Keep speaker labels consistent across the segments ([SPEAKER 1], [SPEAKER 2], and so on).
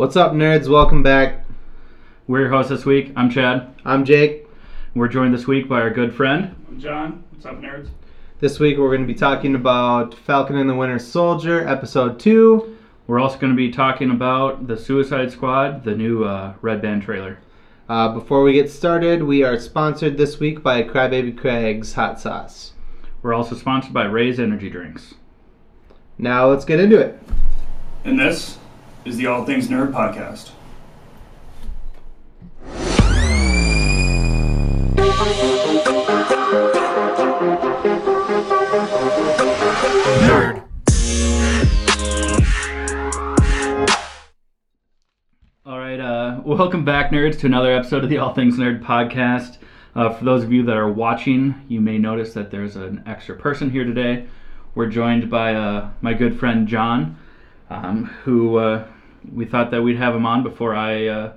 [SPEAKER 1] What's up, nerds? Welcome back.
[SPEAKER 2] We're your hosts this week. I'm Chad.
[SPEAKER 1] I'm Jake.
[SPEAKER 2] We're joined this week by our good friend.
[SPEAKER 3] John, what's up, nerds?
[SPEAKER 1] This week we're going to be talking about Falcon and the Winter Soldier, Episode 2.
[SPEAKER 2] We're also going to be talking about the Suicide Squad, the new uh, Red Band trailer.
[SPEAKER 1] Uh, before we get started, we are sponsored this week by Crybaby Craig's Hot Sauce.
[SPEAKER 2] We're also sponsored by Ray's Energy Drinks.
[SPEAKER 1] Now let's get into it.
[SPEAKER 3] And this is the All Things Nerd podcast.
[SPEAKER 2] All right, uh, welcome back, nerds, to another episode of the All Things Nerd podcast. Uh, for those of you that are watching, you may notice that there's an extra person here today. We're joined by uh, my good friend John, um, who uh, we thought that we'd have him on before I uh,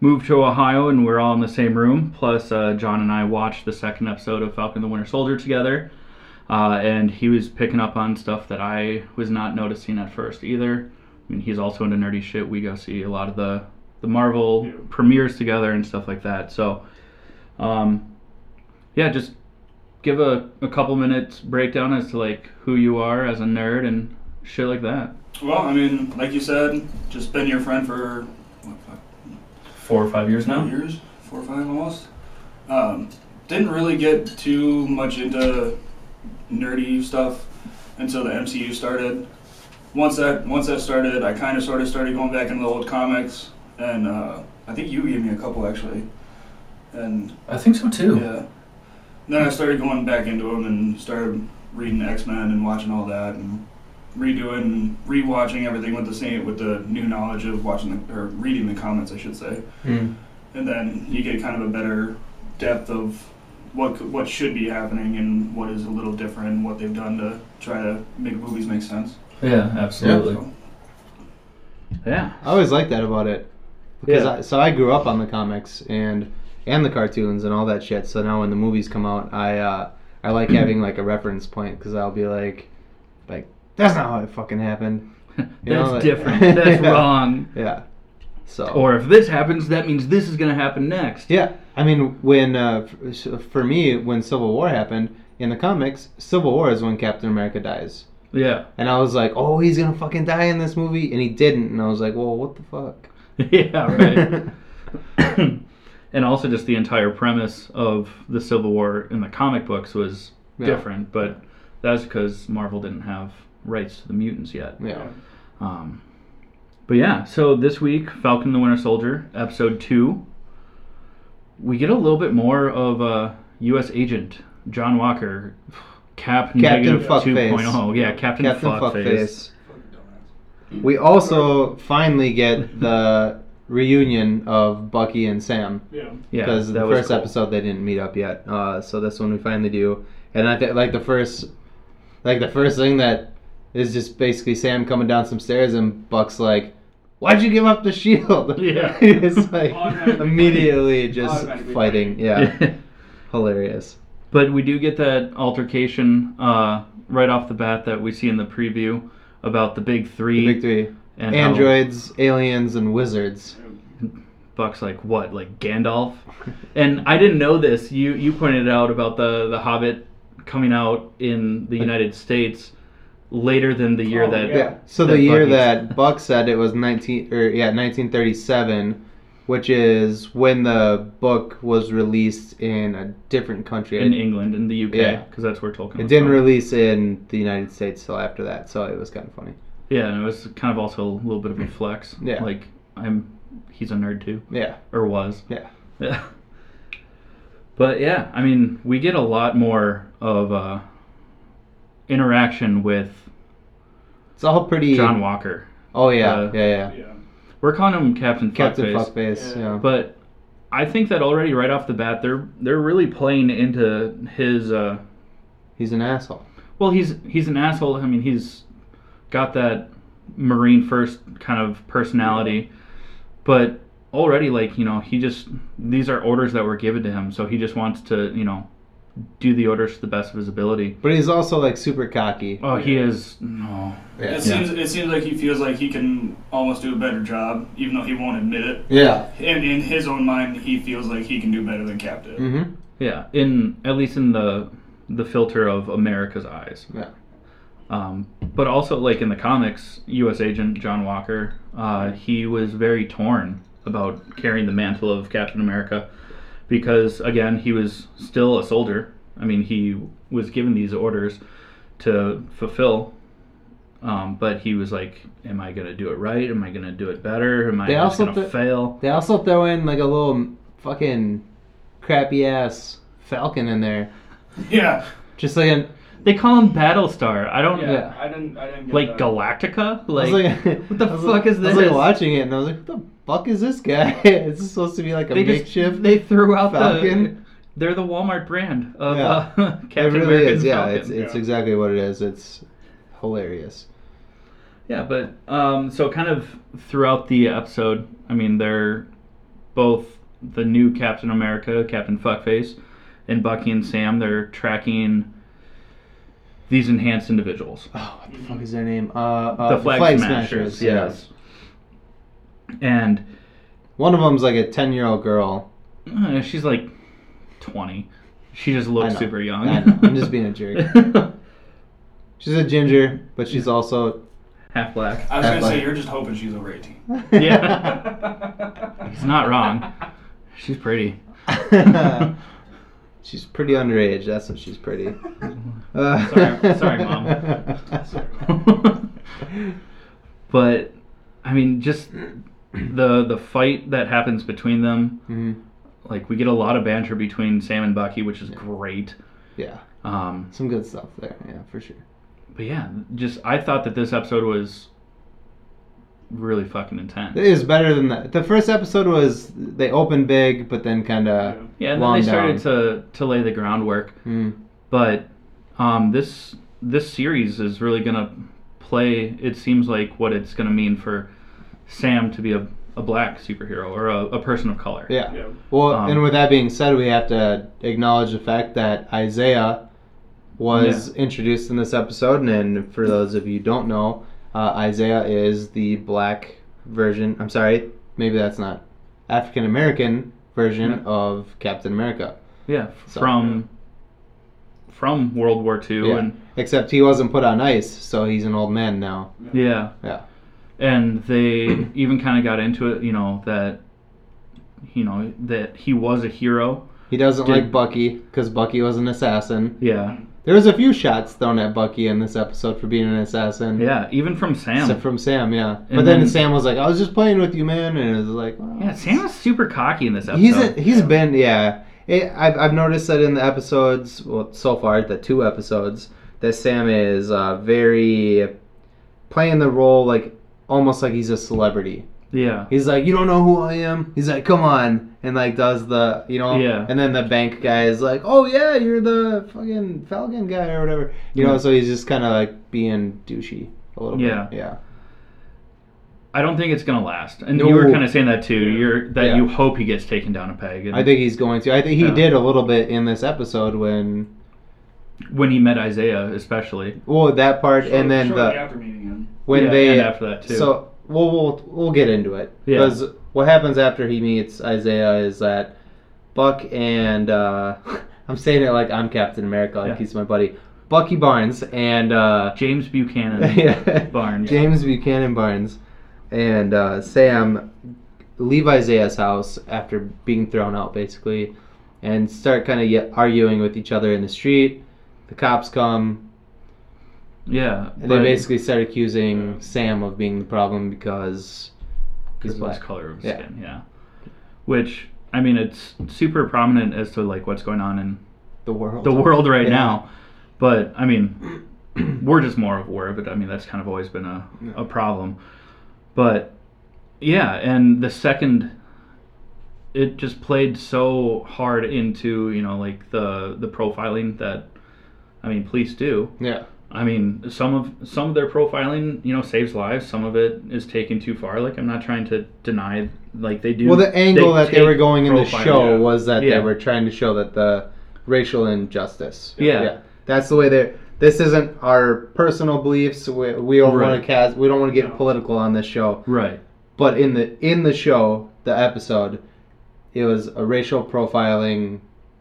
[SPEAKER 2] moved to Ohio, and we're all in the same room. Plus, uh, John and I watched the second episode of Falcon and the Winter Soldier together, uh, and he was picking up on stuff that I was not noticing at first either. I mean, he's also into nerdy shit. We go see a lot of the the Marvel
[SPEAKER 3] Yeah.
[SPEAKER 2] premieres together and stuff like that. So, um, yeah, just give a, a couple minutes breakdown as to like who you are as a nerd and shit like that.
[SPEAKER 3] Well, I mean, like you said, just been your friend for what, fuck,
[SPEAKER 2] Four or five years
[SPEAKER 3] four years, four or five almost. Um, didn't really get too much into nerdy stuff until the MCU started. Once that once that started, I kind of sort of started going back into the old comics, and uh, I think you gave me a couple actually, and
[SPEAKER 4] I think so too.
[SPEAKER 3] Yeah. Then I started going back into them and started reading X Men and watching all that and redoing, rewatching everything with the same with the new knowledge of watching the, or reading the comments, I should say. And then you get kind of a better depth of what could- what should be happening and what is a little different and what they've done to try to make movies make sense.
[SPEAKER 2] Yeah, absolutely.
[SPEAKER 3] So,
[SPEAKER 2] Yeah.
[SPEAKER 1] I always like that about it. Because
[SPEAKER 2] Yeah.
[SPEAKER 1] I, so I grew up on the comics and and the cartoons and all that shit. So now when the movies come out, I uh, I like having like a reference point because I'll be like, like that's not how it fucking happened. You know,
[SPEAKER 2] That's
[SPEAKER 1] like-
[SPEAKER 2] different. That's
[SPEAKER 1] Yeah.
[SPEAKER 2] wrong.
[SPEAKER 1] Yeah. So
[SPEAKER 2] Or if this happens, that means this is going to happen next.
[SPEAKER 1] Yeah, I mean, when uh, f- for me, when Civil War happened in the comics, Civil War is when Captain America dies,
[SPEAKER 2] Yeah.
[SPEAKER 1] and I was like, "Oh, he's gonna fucking die in this movie," and he didn't, and I was like, "Well, what the fuck?"
[SPEAKER 2] Yeah, right. and also just the entire premise of the Civil War in the comic books was
[SPEAKER 1] Yeah.
[SPEAKER 2] different, but that's because Marvel didn't have rights to the mutants yet.
[SPEAKER 1] yeah,
[SPEAKER 2] Um, but yeah, so this week, Falcon and the Winter Soldier, episode two, we get a little bit more of a U.S. agent, John Walker, Cap
[SPEAKER 1] Captain
[SPEAKER 2] negative
[SPEAKER 1] Fuckface.
[SPEAKER 2] 2.0. Yeah, Captain,
[SPEAKER 1] Captain
[SPEAKER 2] Fuckface.
[SPEAKER 1] Fuckface. We also finally get the reunion of Bucky and Sam
[SPEAKER 3] yeah.
[SPEAKER 2] Yeah,
[SPEAKER 1] because
[SPEAKER 2] that
[SPEAKER 1] the
[SPEAKER 2] was
[SPEAKER 1] first
[SPEAKER 2] cool.
[SPEAKER 1] episode they didn't meet up yet. Uh, so this one we finally do, and I think like the first, like the first thing that is just basically Sam coming down some stairs and Buck's like, "Why'd you give up the shield?"
[SPEAKER 2] Yeah.
[SPEAKER 1] it's like
[SPEAKER 3] Automatically
[SPEAKER 1] immediately just
[SPEAKER 3] Automatically
[SPEAKER 1] fighting. Yeah, hilarious.
[SPEAKER 2] But we do get that altercation uh, right off the bat that we see in the preview about the big three.
[SPEAKER 1] Big three:
[SPEAKER 2] and how
[SPEAKER 1] androids, aliens, and wizards.
[SPEAKER 2] Buck's like what, like Gandalf? and I didn't know this. You you pointed out about the the Hobbit coming out in the United States later than the year
[SPEAKER 3] Oh,
[SPEAKER 2] that
[SPEAKER 3] Yeah.
[SPEAKER 1] Yeah. So the
[SPEAKER 2] that
[SPEAKER 1] year
[SPEAKER 2] Bucky's-
[SPEAKER 1] that Buck said it was nineteen or yeah nineteen thirty seven, which is when the book was released in a different country.
[SPEAKER 2] in England in the UK
[SPEAKER 1] Yeah.
[SPEAKER 2] because that's where Tolkien.
[SPEAKER 1] it
[SPEAKER 2] was
[SPEAKER 1] didn't
[SPEAKER 2] from.
[SPEAKER 1] release in the United States till after that, so it was kind of funny.
[SPEAKER 2] Yeah, and it was kind of also a little bit of a flex.
[SPEAKER 1] Yeah.
[SPEAKER 2] Like I'm, he's a nerd too,
[SPEAKER 1] Yeah.
[SPEAKER 2] or was.
[SPEAKER 1] Yeah.
[SPEAKER 2] Yeah. But yeah, I mean, we get a lot more of uh, interaction with
[SPEAKER 1] It's all pretty.
[SPEAKER 2] John Walker.
[SPEAKER 1] oh yeah,
[SPEAKER 2] uh,
[SPEAKER 1] yeah, yeah.
[SPEAKER 3] Yeah.
[SPEAKER 2] We're calling him Captain
[SPEAKER 1] Captain
[SPEAKER 2] Fuckface,
[SPEAKER 1] Fuckface.
[SPEAKER 3] Yeah.
[SPEAKER 1] Yeah.
[SPEAKER 2] but I think that already right off the bat, they're they're really playing into his. Uh,
[SPEAKER 1] He's an asshole.
[SPEAKER 2] well, he's he's an asshole. I mean, he's got that marine first kind of personality, but already like you know he just these are orders that were given to him, so he just wants to you know do the orders to the best of his ability.
[SPEAKER 1] But he's also like super cocky.
[SPEAKER 2] Oh, he is no.
[SPEAKER 1] Yeah.
[SPEAKER 3] It seems it seems like he feels like he can almost do a better job, even though he won't admit it.
[SPEAKER 1] Yeah.
[SPEAKER 3] And in his own mind, he feels like he can do better than Cap did.
[SPEAKER 1] Mm-hmm.
[SPEAKER 2] Yeah, in at least in the the filter of America's eyes.
[SPEAKER 1] Yeah.
[SPEAKER 2] Um, but also like in the comics, U.S. Agent John Walker, uh, he was very torn about carrying the mantle of Captain America because again he was still a soldier. I mean he was given these orders to fulfill. Um, but he was like, "Am I gonna do it right? Am I gonna do it better? Am I
[SPEAKER 1] They
[SPEAKER 2] just
[SPEAKER 1] also
[SPEAKER 2] gonna
[SPEAKER 1] th-
[SPEAKER 2] fail?"
[SPEAKER 1] They also throw in like a little fucking crappy ass Falcon in there,
[SPEAKER 3] Yeah.
[SPEAKER 1] just like an
[SPEAKER 2] They call him Battlestar. I don't
[SPEAKER 1] Yeah.
[SPEAKER 3] I didn't. I didn't get
[SPEAKER 2] like
[SPEAKER 3] that.
[SPEAKER 1] I
[SPEAKER 2] Galactica.
[SPEAKER 1] was
[SPEAKER 2] Like,
[SPEAKER 1] like,
[SPEAKER 2] what the
[SPEAKER 1] I was
[SPEAKER 2] fuck
[SPEAKER 1] like-
[SPEAKER 2] is
[SPEAKER 1] I was
[SPEAKER 2] this?
[SPEAKER 1] like watching it and I was like, what the fuck is this guy? Is this supposed to be like a
[SPEAKER 2] they just
[SPEAKER 1] makeshift?
[SPEAKER 2] they threw out the.
[SPEAKER 1] Falcon?
[SPEAKER 2] They're the Walmart brand of
[SPEAKER 1] Yeah.
[SPEAKER 2] uh, Captain
[SPEAKER 1] it really
[SPEAKER 2] America's
[SPEAKER 1] is. Yeah,
[SPEAKER 2] Falcon.
[SPEAKER 1] it's it's
[SPEAKER 3] Yeah.
[SPEAKER 1] exactly what it is. It's hilarious.
[SPEAKER 2] Yeah, but um, so kind of throughout the episode, I mean, they're both the new Captain America, Captain Fuckface, and Bucky and Sam. They're tracking these enhanced individuals.
[SPEAKER 1] Oh, what the fuck is their name? Uh, uh,
[SPEAKER 2] the Flag, Smashers, yes. And
[SPEAKER 1] One of them's like a ten-year-old girl.
[SPEAKER 2] Uh, she's like 20. She just
[SPEAKER 1] I
[SPEAKER 2] looks
[SPEAKER 1] know.
[SPEAKER 2] super young.
[SPEAKER 1] I know. I'm just being a jerk. She's a ginger, but she's also
[SPEAKER 2] Half black.
[SPEAKER 3] I was gonna
[SPEAKER 1] Half-Life.
[SPEAKER 3] say you're just hoping she's over eighteen.
[SPEAKER 2] Yeah. He's not wrong. She's pretty.
[SPEAKER 1] she's pretty underage. That's what she's pretty. Uh,
[SPEAKER 2] Sorry- sorry, Mom. but I mean just the the fight that happens between them,
[SPEAKER 1] Mhm.
[SPEAKER 2] like we get a lot of banter between Sam and Bucky, which is great.
[SPEAKER 1] Yeah,
[SPEAKER 2] Um,
[SPEAKER 1] some good stuff there. Yeah, for sure.
[SPEAKER 2] but yeah, just I thought that this episode was really fucking intense.
[SPEAKER 1] It is better than that. The first episode was they opened big, but then kind of
[SPEAKER 2] Yeah, and then they started to to lay the groundwork.
[SPEAKER 1] Mm.
[SPEAKER 2] But um, this this series is really gonna play. It seems like what it's gonna mean for Sam to be a, a black superhero or a, a person of color.
[SPEAKER 1] Yeah.
[SPEAKER 3] Yeah.
[SPEAKER 1] Well,
[SPEAKER 2] Um,
[SPEAKER 1] and with that being said, we have to acknowledge the fact that Isaiah was introduced in this episode, and, and for those of you who don't know, uh, Isaiah is the black version. I'm sorry, maybe that's not African American version
[SPEAKER 2] Yeah.
[SPEAKER 1] of Captain America.
[SPEAKER 2] yeah. f-
[SPEAKER 1] So-
[SPEAKER 2] From from World War II
[SPEAKER 1] Yeah.
[SPEAKER 2] and
[SPEAKER 1] Except he wasn't put on ice, so he's an old man now.
[SPEAKER 2] yeah,
[SPEAKER 1] Yeah.
[SPEAKER 2] and they even kind of got into it. You know that you know that he was a hero.
[SPEAKER 1] He doesn't
[SPEAKER 2] Did-
[SPEAKER 1] like Bucky because Bucky was an assassin.
[SPEAKER 2] Yeah,
[SPEAKER 1] There was a few shots thrown at Bucky in this episode for being an assassin.
[SPEAKER 2] yeah. Even from Sam.
[SPEAKER 1] Except from Sam, yeah. But
[SPEAKER 2] And
[SPEAKER 1] then,
[SPEAKER 2] then-
[SPEAKER 1] Sam was like, "I was just playing with you, man," and it was like, well,
[SPEAKER 2] yeah, Sam is super cocky in this episode.
[SPEAKER 1] He's a, he's been yeah. It, I've I've noticed that in the episodes, well, so far the two episodes, that Sam is uh, very playing the role like almost like he's a celebrity.
[SPEAKER 2] yeah.
[SPEAKER 1] He's like, "You don't know who I am." He's like, "Come on," and like does the you know,
[SPEAKER 2] Yeah.
[SPEAKER 1] And then the bank guy is like, "Oh yeah, you're the fucking Falcon guy or whatever," you know.
[SPEAKER 2] Yeah.
[SPEAKER 1] So he's just kind of like being douchey a little
[SPEAKER 2] Yeah.
[SPEAKER 1] bit. Yeah.
[SPEAKER 2] I don't think it's gonna last. And
[SPEAKER 1] No.
[SPEAKER 2] you were kind of saying that too. You're that
[SPEAKER 1] Yeah.
[SPEAKER 2] you hope he gets taken down a peg. And
[SPEAKER 1] I think he's going to. I think he
[SPEAKER 2] Yeah.
[SPEAKER 1] did a little bit in this episode when,
[SPEAKER 2] when he met Isaiah, especially.
[SPEAKER 1] well, that part,
[SPEAKER 3] Shortly-
[SPEAKER 1] and then
[SPEAKER 3] shortly
[SPEAKER 1] the
[SPEAKER 3] after meeting him.
[SPEAKER 1] when
[SPEAKER 2] Yeah,
[SPEAKER 1] they.
[SPEAKER 2] and after that too.
[SPEAKER 1] So we'll we'll we'll get into it
[SPEAKER 2] Yeah.
[SPEAKER 1] because what happens after he meets Isaiah is that Buck and uh, I'm saying it like I'm Captain America, like
[SPEAKER 2] Yeah.
[SPEAKER 1] he's my buddy, Bucky Barnes and uh,
[SPEAKER 2] James Buchanan
[SPEAKER 1] yeah,
[SPEAKER 2] Barnes.
[SPEAKER 1] James Buchanan Barnes and uh, Sam leave Isaiah's house after being thrown out, basically, and start kind of ye- arguing with each other in the street. The cops come,
[SPEAKER 2] Yeah.
[SPEAKER 1] and
[SPEAKER 2] but
[SPEAKER 1] they basically start accusing Sam of being the problem because he's
[SPEAKER 2] because of his
[SPEAKER 1] black.
[SPEAKER 2] color of
[SPEAKER 1] Yeah.
[SPEAKER 2] skin. Yeah. Which I mean, it's super prominent as to like what's going on in
[SPEAKER 1] The world.
[SPEAKER 2] the world right
[SPEAKER 1] Yeah.
[SPEAKER 2] now. But I mean, we're just more aware of it. I mean, that's kind of always been a, a problem. But yeah, and the second, it just played so hard into you know like the the profiling that, I mean, police do.
[SPEAKER 1] Yeah.
[SPEAKER 2] I mean, some of some of their profiling you know saves lives. Some of it is taken too far. Like I'm not trying to deny like they do.
[SPEAKER 1] Well, the angle that they
[SPEAKER 2] take
[SPEAKER 1] were going in the
[SPEAKER 2] profiling.
[SPEAKER 1] show
[SPEAKER 3] yeah.
[SPEAKER 1] was that
[SPEAKER 2] Yeah.
[SPEAKER 1] they were trying to show that the racial injustice.
[SPEAKER 2] Yeah.
[SPEAKER 1] That's the way they. This isn't our personal beliefs. We, we don't want
[SPEAKER 2] Right.
[SPEAKER 1] to cast. We don't want to get
[SPEAKER 3] No.
[SPEAKER 1] political on this show.
[SPEAKER 2] Right.
[SPEAKER 1] But in the in the show, the episode, it was a racial profiling,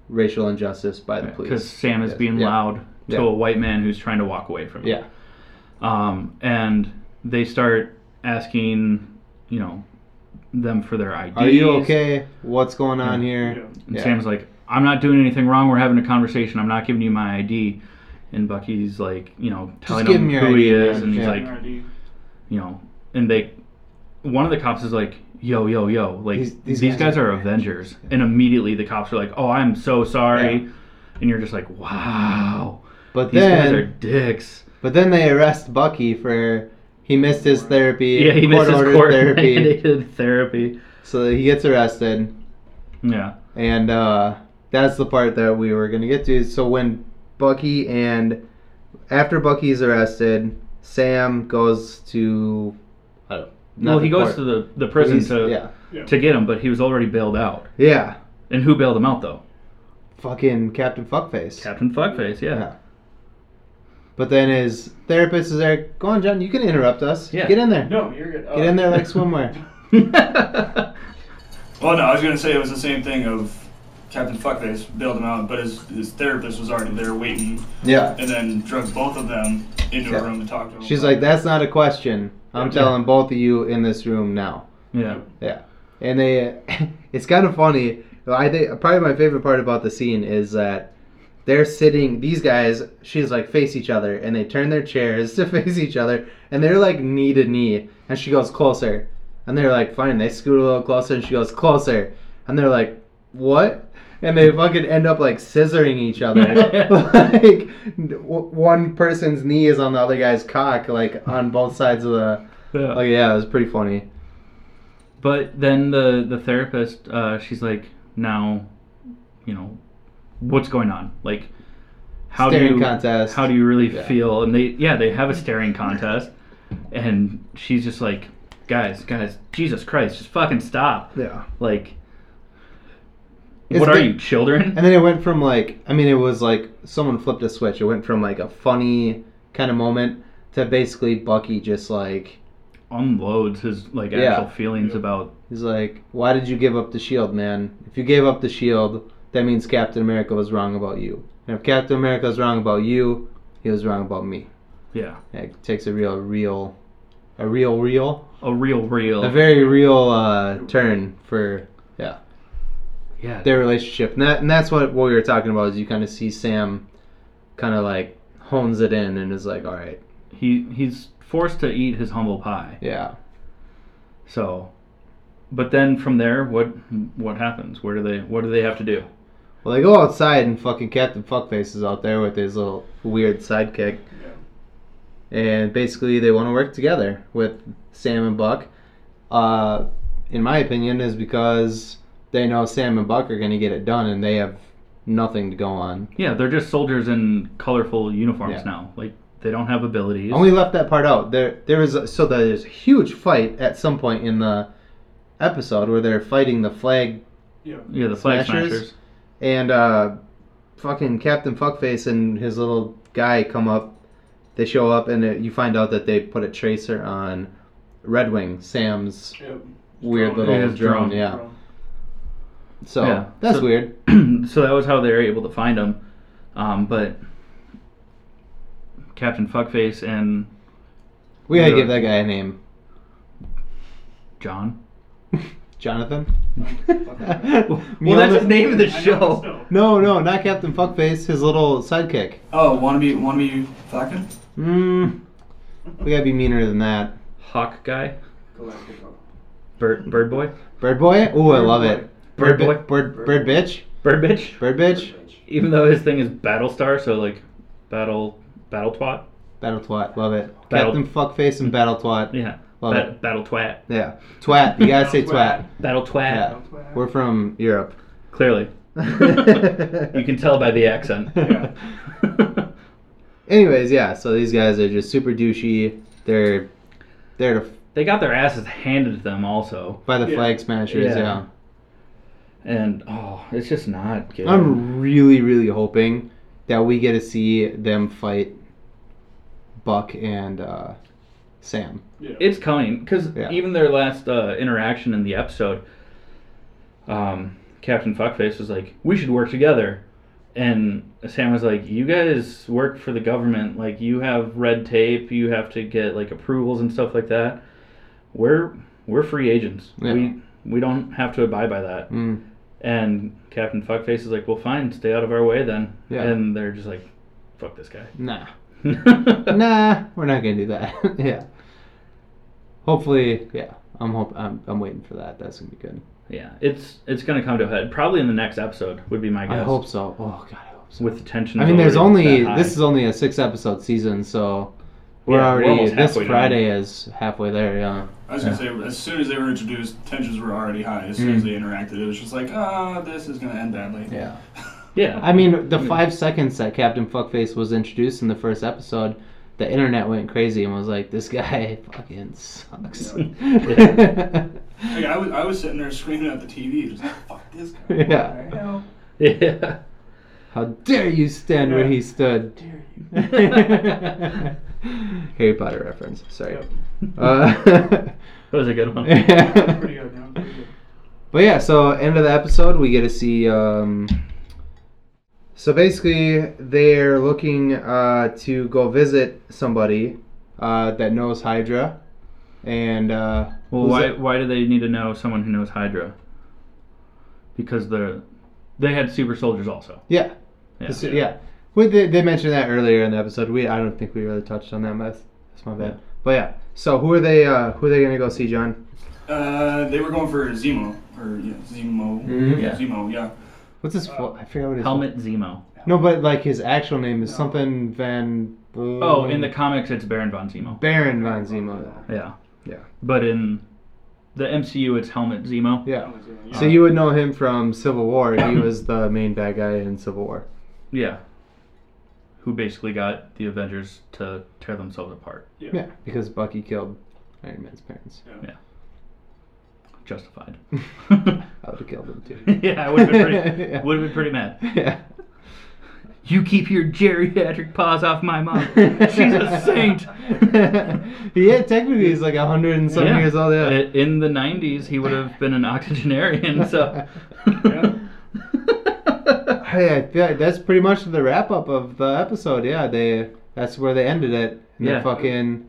[SPEAKER 1] racial injustice by the
[SPEAKER 2] Because
[SPEAKER 1] police.
[SPEAKER 2] Sam is
[SPEAKER 1] Yes.
[SPEAKER 2] being
[SPEAKER 1] Yeah.
[SPEAKER 2] loud to
[SPEAKER 1] Yeah.
[SPEAKER 2] a white man who's trying to walk away from
[SPEAKER 1] Yeah.
[SPEAKER 2] him. Um, and they start asking, you know, them for their IDs.
[SPEAKER 1] Are you okay? What's going on here?
[SPEAKER 2] And
[SPEAKER 1] Yeah.
[SPEAKER 2] Sam's like, I'm not doing anything wrong. We're having a conversation. I'm not giving you my ID. And Bucky's like, you know, telling
[SPEAKER 1] give
[SPEAKER 2] him
[SPEAKER 1] him
[SPEAKER 2] who
[SPEAKER 1] your
[SPEAKER 2] he
[SPEAKER 1] ID,
[SPEAKER 2] is.
[SPEAKER 1] man.
[SPEAKER 2] And he's
[SPEAKER 1] Yeah.
[SPEAKER 2] like, you know, and they, one of the cops is like, yo, yo, yo, like
[SPEAKER 1] These-
[SPEAKER 2] these,
[SPEAKER 1] these
[SPEAKER 2] guys,
[SPEAKER 1] guys are
[SPEAKER 2] are Avengers. And immediately the cops are like, oh, I'm so sorry.
[SPEAKER 1] Yeah.
[SPEAKER 2] And you're just like, wow,
[SPEAKER 1] But
[SPEAKER 2] these guys
[SPEAKER 1] then,
[SPEAKER 2] are dicks.
[SPEAKER 1] but then they arrest Bucky for he missed his therapy.
[SPEAKER 2] Yeah, he misses
[SPEAKER 1] court-ordered
[SPEAKER 2] court mandated therapy.
[SPEAKER 1] So he gets arrested,
[SPEAKER 2] Yeah,
[SPEAKER 1] and uh, that's the part that we were gonna get to. So when Bucky and after Bucky's arrested, Sam goes to. I don't.
[SPEAKER 2] well, he goes to the, the prison to
[SPEAKER 1] Yeah,
[SPEAKER 2] to get him, but he was already bailed out.
[SPEAKER 1] yeah.
[SPEAKER 2] And who bailed him out though?
[SPEAKER 1] Fucking Captain Fuckface.
[SPEAKER 2] Captain Fuckface. Yeah.
[SPEAKER 1] Yeah. But then his therapist is there. Go on, John. You can interrupt us.
[SPEAKER 2] Yeah.
[SPEAKER 1] Get in there.
[SPEAKER 3] No, you're good.
[SPEAKER 1] Get in there like swimwear.
[SPEAKER 3] Well, no, I was gonna say it was the same thing of Captain Fuckface bailed him out, but his, his therapist was already there waiting,
[SPEAKER 1] Yeah.
[SPEAKER 3] and then drugged both of them into
[SPEAKER 1] Yeah.
[SPEAKER 3] a room to talk to him.
[SPEAKER 1] She's like, that's not a question. I'm
[SPEAKER 3] Yeah.
[SPEAKER 1] telling both of you in this room now.
[SPEAKER 2] yeah.
[SPEAKER 1] Yeah, and they, it's kind of funny. I think probably my favorite part about the scene is that they're sitting. These guys, she's like face each other, and they turn their chairs to face each other, and they're like knee to knee, and she goes closer, and they're like fine. They scoot a little closer, and she goes closer, and they're like what? And they fucking end up like scissoring each other. like w- one person's knee is on the other guy's cock, like on both sides of the.
[SPEAKER 2] Yeah.
[SPEAKER 1] Like yeah, it was pretty funny.
[SPEAKER 2] But then the the therapist, uh, she's like, now, you know, what's going on? Like, how do
[SPEAKER 1] Staring
[SPEAKER 2] you,
[SPEAKER 1] contest.
[SPEAKER 2] How do you really
[SPEAKER 1] Yeah.
[SPEAKER 2] feel? And they yeah they have a staring contest, and she's just like, guys, guys, Jesus Christ, just fucking stop.
[SPEAKER 1] Yeah.
[SPEAKER 2] Like,
[SPEAKER 1] It's
[SPEAKER 2] what are
[SPEAKER 1] been-
[SPEAKER 2] you children?
[SPEAKER 1] And then it went from like, I mean, it was like someone flipped a switch. It went from like a funny kind of moment to basically Bucky just like,
[SPEAKER 2] Unloads his like
[SPEAKER 1] Yeah.
[SPEAKER 2] actual feelings
[SPEAKER 3] Yeah.
[SPEAKER 2] about
[SPEAKER 1] he's like, why did you give up the shield, man? If you gave up the shield, that means Captain America was wrong about you. And if Captain America was wrong about you, he was wrong about me.
[SPEAKER 2] yeah
[SPEAKER 1] It takes a real, real, a real, real,
[SPEAKER 2] a real real
[SPEAKER 1] a very real uh, turn for
[SPEAKER 2] yeah
[SPEAKER 1] their relationship. And, that, and that's what, what we were talking about is you kind of see Sam kind of like hones it in and is like, all right,
[SPEAKER 2] he he's forced to eat his humble pie.
[SPEAKER 1] yeah.
[SPEAKER 2] So, but then from there, what what happens? Where do they what do they have to do?
[SPEAKER 1] Well, they go outside and fucking Captain Fuckface is out there with his little weird sidekick. And basically, they want to work together with Sam and Buck. Uh, in my opinion, is because they know Sam and Buck are going to get it done and they have nothing to go on.
[SPEAKER 2] Yeah, they're just soldiers in colorful uniforms
[SPEAKER 1] Yeah.
[SPEAKER 2] now. Like they don't have abilities.
[SPEAKER 1] I only left that part out. There, there is a, so there's a huge fight at some point in the episode where they're fighting the flag
[SPEAKER 2] yeah, the flag smashers.
[SPEAKER 1] Smashers? and uh, fucking Captain Fuckface and his little guy come up. They show up, and it, you find out that they put a tracer on Red Wing, Sam's weird
[SPEAKER 3] Drone.
[SPEAKER 1] little
[SPEAKER 2] Yeah,
[SPEAKER 1] drone.
[SPEAKER 2] his drone.
[SPEAKER 1] Yeah, so
[SPEAKER 2] Yeah.
[SPEAKER 1] that's
[SPEAKER 2] So-
[SPEAKER 1] weird.
[SPEAKER 2] so that was how they were able to find them. Um, but Captain Fuckface and
[SPEAKER 1] We gotta
[SPEAKER 2] Yeah.
[SPEAKER 1] give that guy a name,
[SPEAKER 2] John.
[SPEAKER 1] Jonathan.
[SPEAKER 2] Well, that's his name of the
[SPEAKER 3] I know,
[SPEAKER 2] show.
[SPEAKER 3] still.
[SPEAKER 1] No, no, not Captain Fuckface. His little sidekick.
[SPEAKER 3] Oh, wannabe, wannabe Falcon?
[SPEAKER 2] Hmm.
[SPEAKER 1] Mm, we gotta be meaner than that.
[SPEAKER 2] Hawk guy,
[SPEAKER 3] Galactico.
[SPEAKER 2] bird bird boy,
[SPEAKER 1] Bird boy. Ooh, I
[SPEAKER 3] Bird
[SPEAKER 1] love
[SPEAKER 3] boy.
[SPEAKER 1] it. Bird,
[SPEAKER 2] Bird
[SPEAKER 1] bi-
[SPEAKER 2] boy.
[SPEAKER 1] Bird, bird bitch.
[SPEAKER 2] bird bitch.
[SPEAKER 1] Bird bitch.
[SPEAKER 2] Even though his thing is Battlestar, so like battle battle twat.
[SPEAKER 1] Battle twat. Love it.
[SPEAKER 2] Battle-
[SPEAKER 1] Captain Fuckface and Battle twat.
[SPEAKER 2] Yeah,
[SPEAKER 1] Love
[SPEAKER 2] Bat-
[SPEAKER 1] it.
[SPEAKER 2] battle twat,
[SPEAKER 1] Yeah. Twat. You gotta say twat.
[SPEAKER 3] Twat.
[SPEAKER 2] battle twat.
[SPEAKER 1] Yeah. We're from Europe.
[SPEAKER 2] Clearly. You can tell by the accent.
[SPEAKER 1] Yeah. Anyways, yeah. So these guys are just super douchey. They're they're to,
[SPEAKER 2] they got their asses handed to them also.
[SPEAKER 1] by the
[SPEAKER 3] Yeah.
[SPEAKER 1] flag smashers.
[SPEAKER 2] Yeah.
[SPEAKER 1] Yeah.
[SPEAKER 2] and oh, it's just not good.
[SPEAKER 1] I'm really, really hoping that we get to see them fight Buck and uh, Sam.
[SPEAKER 3] Yeah.
[SPEAKER 2] it's coming because
[SPEAKER 1] Yeah.
[SPEAKER 2] even their last uh, interaction in the episode, um, Captain Fuckface was like, "We should work together," and Sam was like, "You guys work for the government. Like, you have red tape. You have to get like approvals and stuff like that. We're we're free agents.
[SPEAKER 1] Yeah.
[SPEAKER 2] We we don't have to abide by that."
[SPEAKER 1] Mm.
[SPEAKER 2] And Captain Fuckface is like, "Well, fine, stay out of our way then."
[SPEAKER 1] Yeah.
[SPEAKER 2] And they're just like, "Fuck this guy."
[SPEAKER 1] Nah. nah, we're not gonna do that. yeah. Hopefully, yeah. I'm hope I'm, I'm waiting for that. That's gonna be good.
[SPEAKER 2] Yeah, it's it's gonna come to a head probably in the next episode would be my guess.
[SPEAKER 1] I hope so. Oh god, I hope so.
[SPEAKER 2] with the tension.
[SPEAKER 1] I mean, there's only this is only a six episode season, so we're
[SPEAKER 2] Yeah, we're
[SPEAKER 1] already
[SPEAKER 2] almost
[SPEAKER 1] this
[SPEAKER 2] halfway done.
[SPEAKER 1] Friday is halfway there. Yeah.
[SPEAKER 3] I was gonna say, as soon as they were introduced, tensions were already high. As soon as they interacted, it was just like, ah, this is gonna end badly.
[SPEAKER 1] Mm. Yeah.
[SPEAKER 2] yeah. Mm.
[SPEAKER 1] I mean, the five seconds that Captain Fuckface was introduced in the first episode, the internet went crazy and was like, "This guy fucking sucks." Yeah.
[SPEAKER 3] Like, I was, I was sitting there screaming at the TV, just like, fuck this guy.
[SPEAKER 1] Yeah.
[SPEAKER 3] What the hell?
[SPEAKER 2] yeah.
[SPEAKER 1] How dare you stand where he stood?
[SPEAKER 3] Dare you.
[SPEAKER 1] Harry Potter reference. Sorry. Uh,
[SPEAKER 2] That was a good one.
[SPEAKER 3] Pretty good, man. Pretty good.
[SPEAKER 1] But yeah, so end of the episode, we get to see. Um, so basically, they're looking uh, to go visit somebody uh, that knows Hydra, and uh,
[SPEAKER 2] well,
[SPEAKER 1] who's
[SPEAKER 2] why
[SPEAKER 1] it?
[SPEAKER 2] why do they need to know someone who knows Hydra? Because they're they had super soldiers also.
[SPEAKER 1] Yeah,
[SPEAKER 2] Yeah.
[SPEAKER 1] This- yeah. We, they, they mentioned that earlier in the episode. We I don't think we really touched on that. But that's, that's my bad.
[SPEAKER 2] Yeah.
[SPEAKER 1] But yeah, so who are they? Uh, who are they gonna go see, John?
[SPEAKER 3] Uh, they were going for Zemo or yeah, Zemo.
[SPEAKER 1] Mhm.
[SPEAKER 2] Yeah.
[SPEAKER 3] Zemo, yeah.
[SPEAKER 1] What's his? fu- I forget what his
[SPEAKER 2] Uh, Helmet Zemo.
[SPEAKER 1] No, but like his actual name is something Van.
[SPEAKER 2] Oh, in the comics it's Baron von Zemo.
[SPEAKER 1] Baron Von Zemo.
[SPEAKER 2] Yeah.
[SPEAKER 1] Yeah.
[SPEAKER 2] But in the MCU it's Helmet Zemo.
[SPEAKER 1] Yeah.
[SPEAKER 3] Yeah.
[SPEAKER 1] So you would know him from Civil War. He was the main bad guy in Civil War.
[SPEAKER 2] Yeah. Who basically got the Avengers to tear themselves apart.
[SPEAKER 1] Yeah, because Bucky killed Iron Man's parents.
[SPEAKER 2] Justified.
[SPEAKER 1] I would have killed him too.
[SPEAKER 2] yeah, I would have been pretty
[SPEAKER 1] Yeah.
[SPEAKER 2] would have been pretty mad.
[SPEAKER 1] yeah.
[SPEAKER 2] You keep your geriatric paws off my mom. She's a saint.
[SPEAKER 1] yeah, technically he's like a hundred and something
[SPEAKER 2] Yeah.
[SPEAKER 1] years old.
[SPEAKER 2] Uh,
[SPEAKER 1] Yeah.
[SPEAKER 2] In the 90s, he would have been an octogenarian, so.
[SPEAKER 3] Yeah.
[SPEAKER 1] Hey, I feel like that's pretty much the wrap up of the episode. Yeah, they that's where they ended it. And
[SPEAKER 2] Yeah.
[SPEAKER 1] They fucking